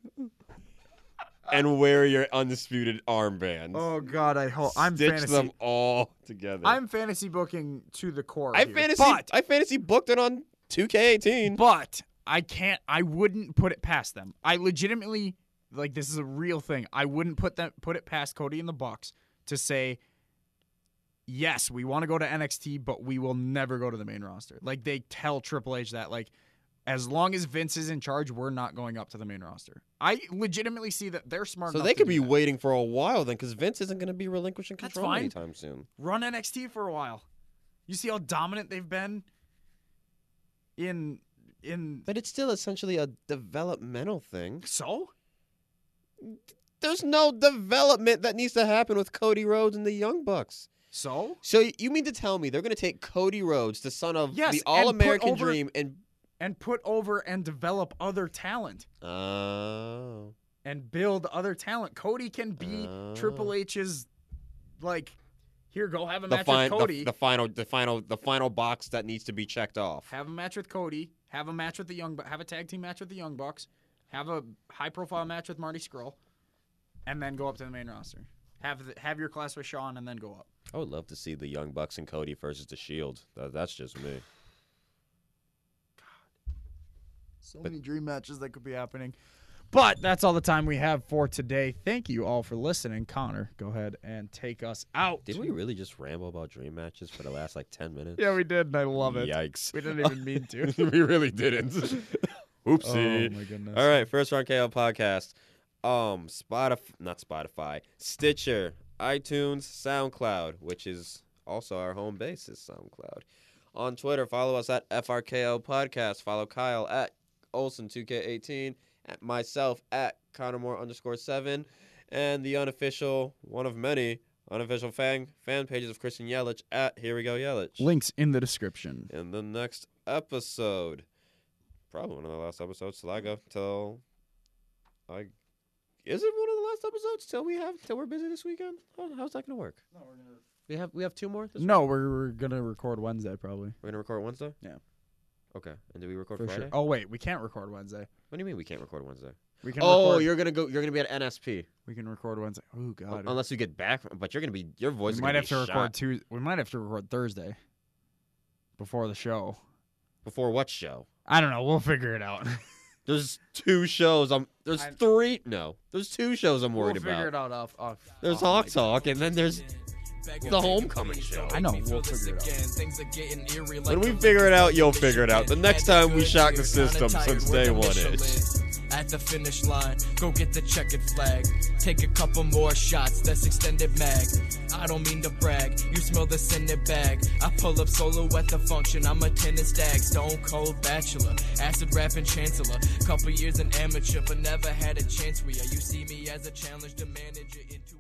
and wear your undisputed armbands. Oh God, I hope I'm Stitch fantasy. them all together. I'm fantasy booking to the core. I here, fantasy but, I fantasy booked it on 2K18. but I can't. I wouldn't put it past them. I legitimately like this is a real thing. I wouldn't put them put it past Cody and the Bucks to say. Yes, we want to go to NXT, but we will never go to the main roster. Like they tell Triple H that, like, as long as Vince is in charge, we're not going up to the main roster. I legitimately see that they're smart. So enough they to could do be that. waiting for a while then cuz Vince isn't going to be relinquishing That's control fine. anytime soon. run NXT for a while. You see how dominant they've been in in But it's still essentially a developmental thing. so There's no development that needs to happen with Cody Rhodes and the Young Bucks. so So y- you mean to tell me they're going to take Cody Rhodes, the son of Yes, the and put All-American over- Dream and and put over and develop other talent Oh. and build other talent. Cody can be Oh. Triple H's like here go have a the, match fin- with Cody. the, the final the final the final box that needs to be checked off. have a match with Cody, have a match with the Young Bu- have a tag team match with the Young Bucks, have a high profile match with Marty Skrull and then go up to the main roster. Have the, have your class with Sean and then go up. I would love to see the Young Bucks and Cody versus the Shield. Tha- that's just me. So many dream matches that could be happening. But that's all the time we have for today. Thank you all for listening. Connor, go ahead and take us out. Did we really just ramble about dream matches for the last like ten minutes? Yeah, we did, and I love it. Yikes. We didn't even mean to. we really didn't. Oopsie. Oh my goodness. All right, first round KO podcast. Um, Spotify, not Spotify, Stitcher, iTunes, SoundCloud, which is also our home base is SoundCloud. On Twitter, follow us at FRKO Podcast. Follow Kyle at Olson2K18, at myself at Connormore underscore seven, and the unofficial, one of many unofficial fan fan pages of Christian Yelich at Here We Go Yelich Links in the description. in the next episode. Probably one of the last episodes till I go till I is it one of the last episodes till we have till we're busy this weekend? How, how's that gonna work? No, we're gonna we have we have two more. This No, we're, we're gonna record Wednesday probably we're gonna record Wednesday. Yeah. Okay, and do we record for Friday? sure. Oh wait, we can't record Wednesday. What do you mean we can't record Wednesday? We can. Oh, record, you're gonna go. You're gonna be at NSP we can record Wednesday. Oh god, unless you get back. From, but you're gonna be your voice. we is might gonna have be to shot. record Tuesday. We might have to record Thursday before the show. Before what show? I don't know. We'll figure it out. There's two shows. I'm there's I- three. No, there's two shows I'm we'll worried figure about. it out Oh off. off off There's Hawk Talk, and then there's the Homecoming show. I know. We'll figure it out. When we figure it out, you'll figure it out. The next time we shock the system since day one is. At the finish line, go get the checkered flag. Take a couple more shots, that's extended mag. I don't mean to brag, you smell the scented bag. I pull up solo at the function, I'm a tennis stag. Stone cold bachelor, acid rapping chancellor. Couple years an amateur, but never had a chance where you see me as a challenge to manage it into.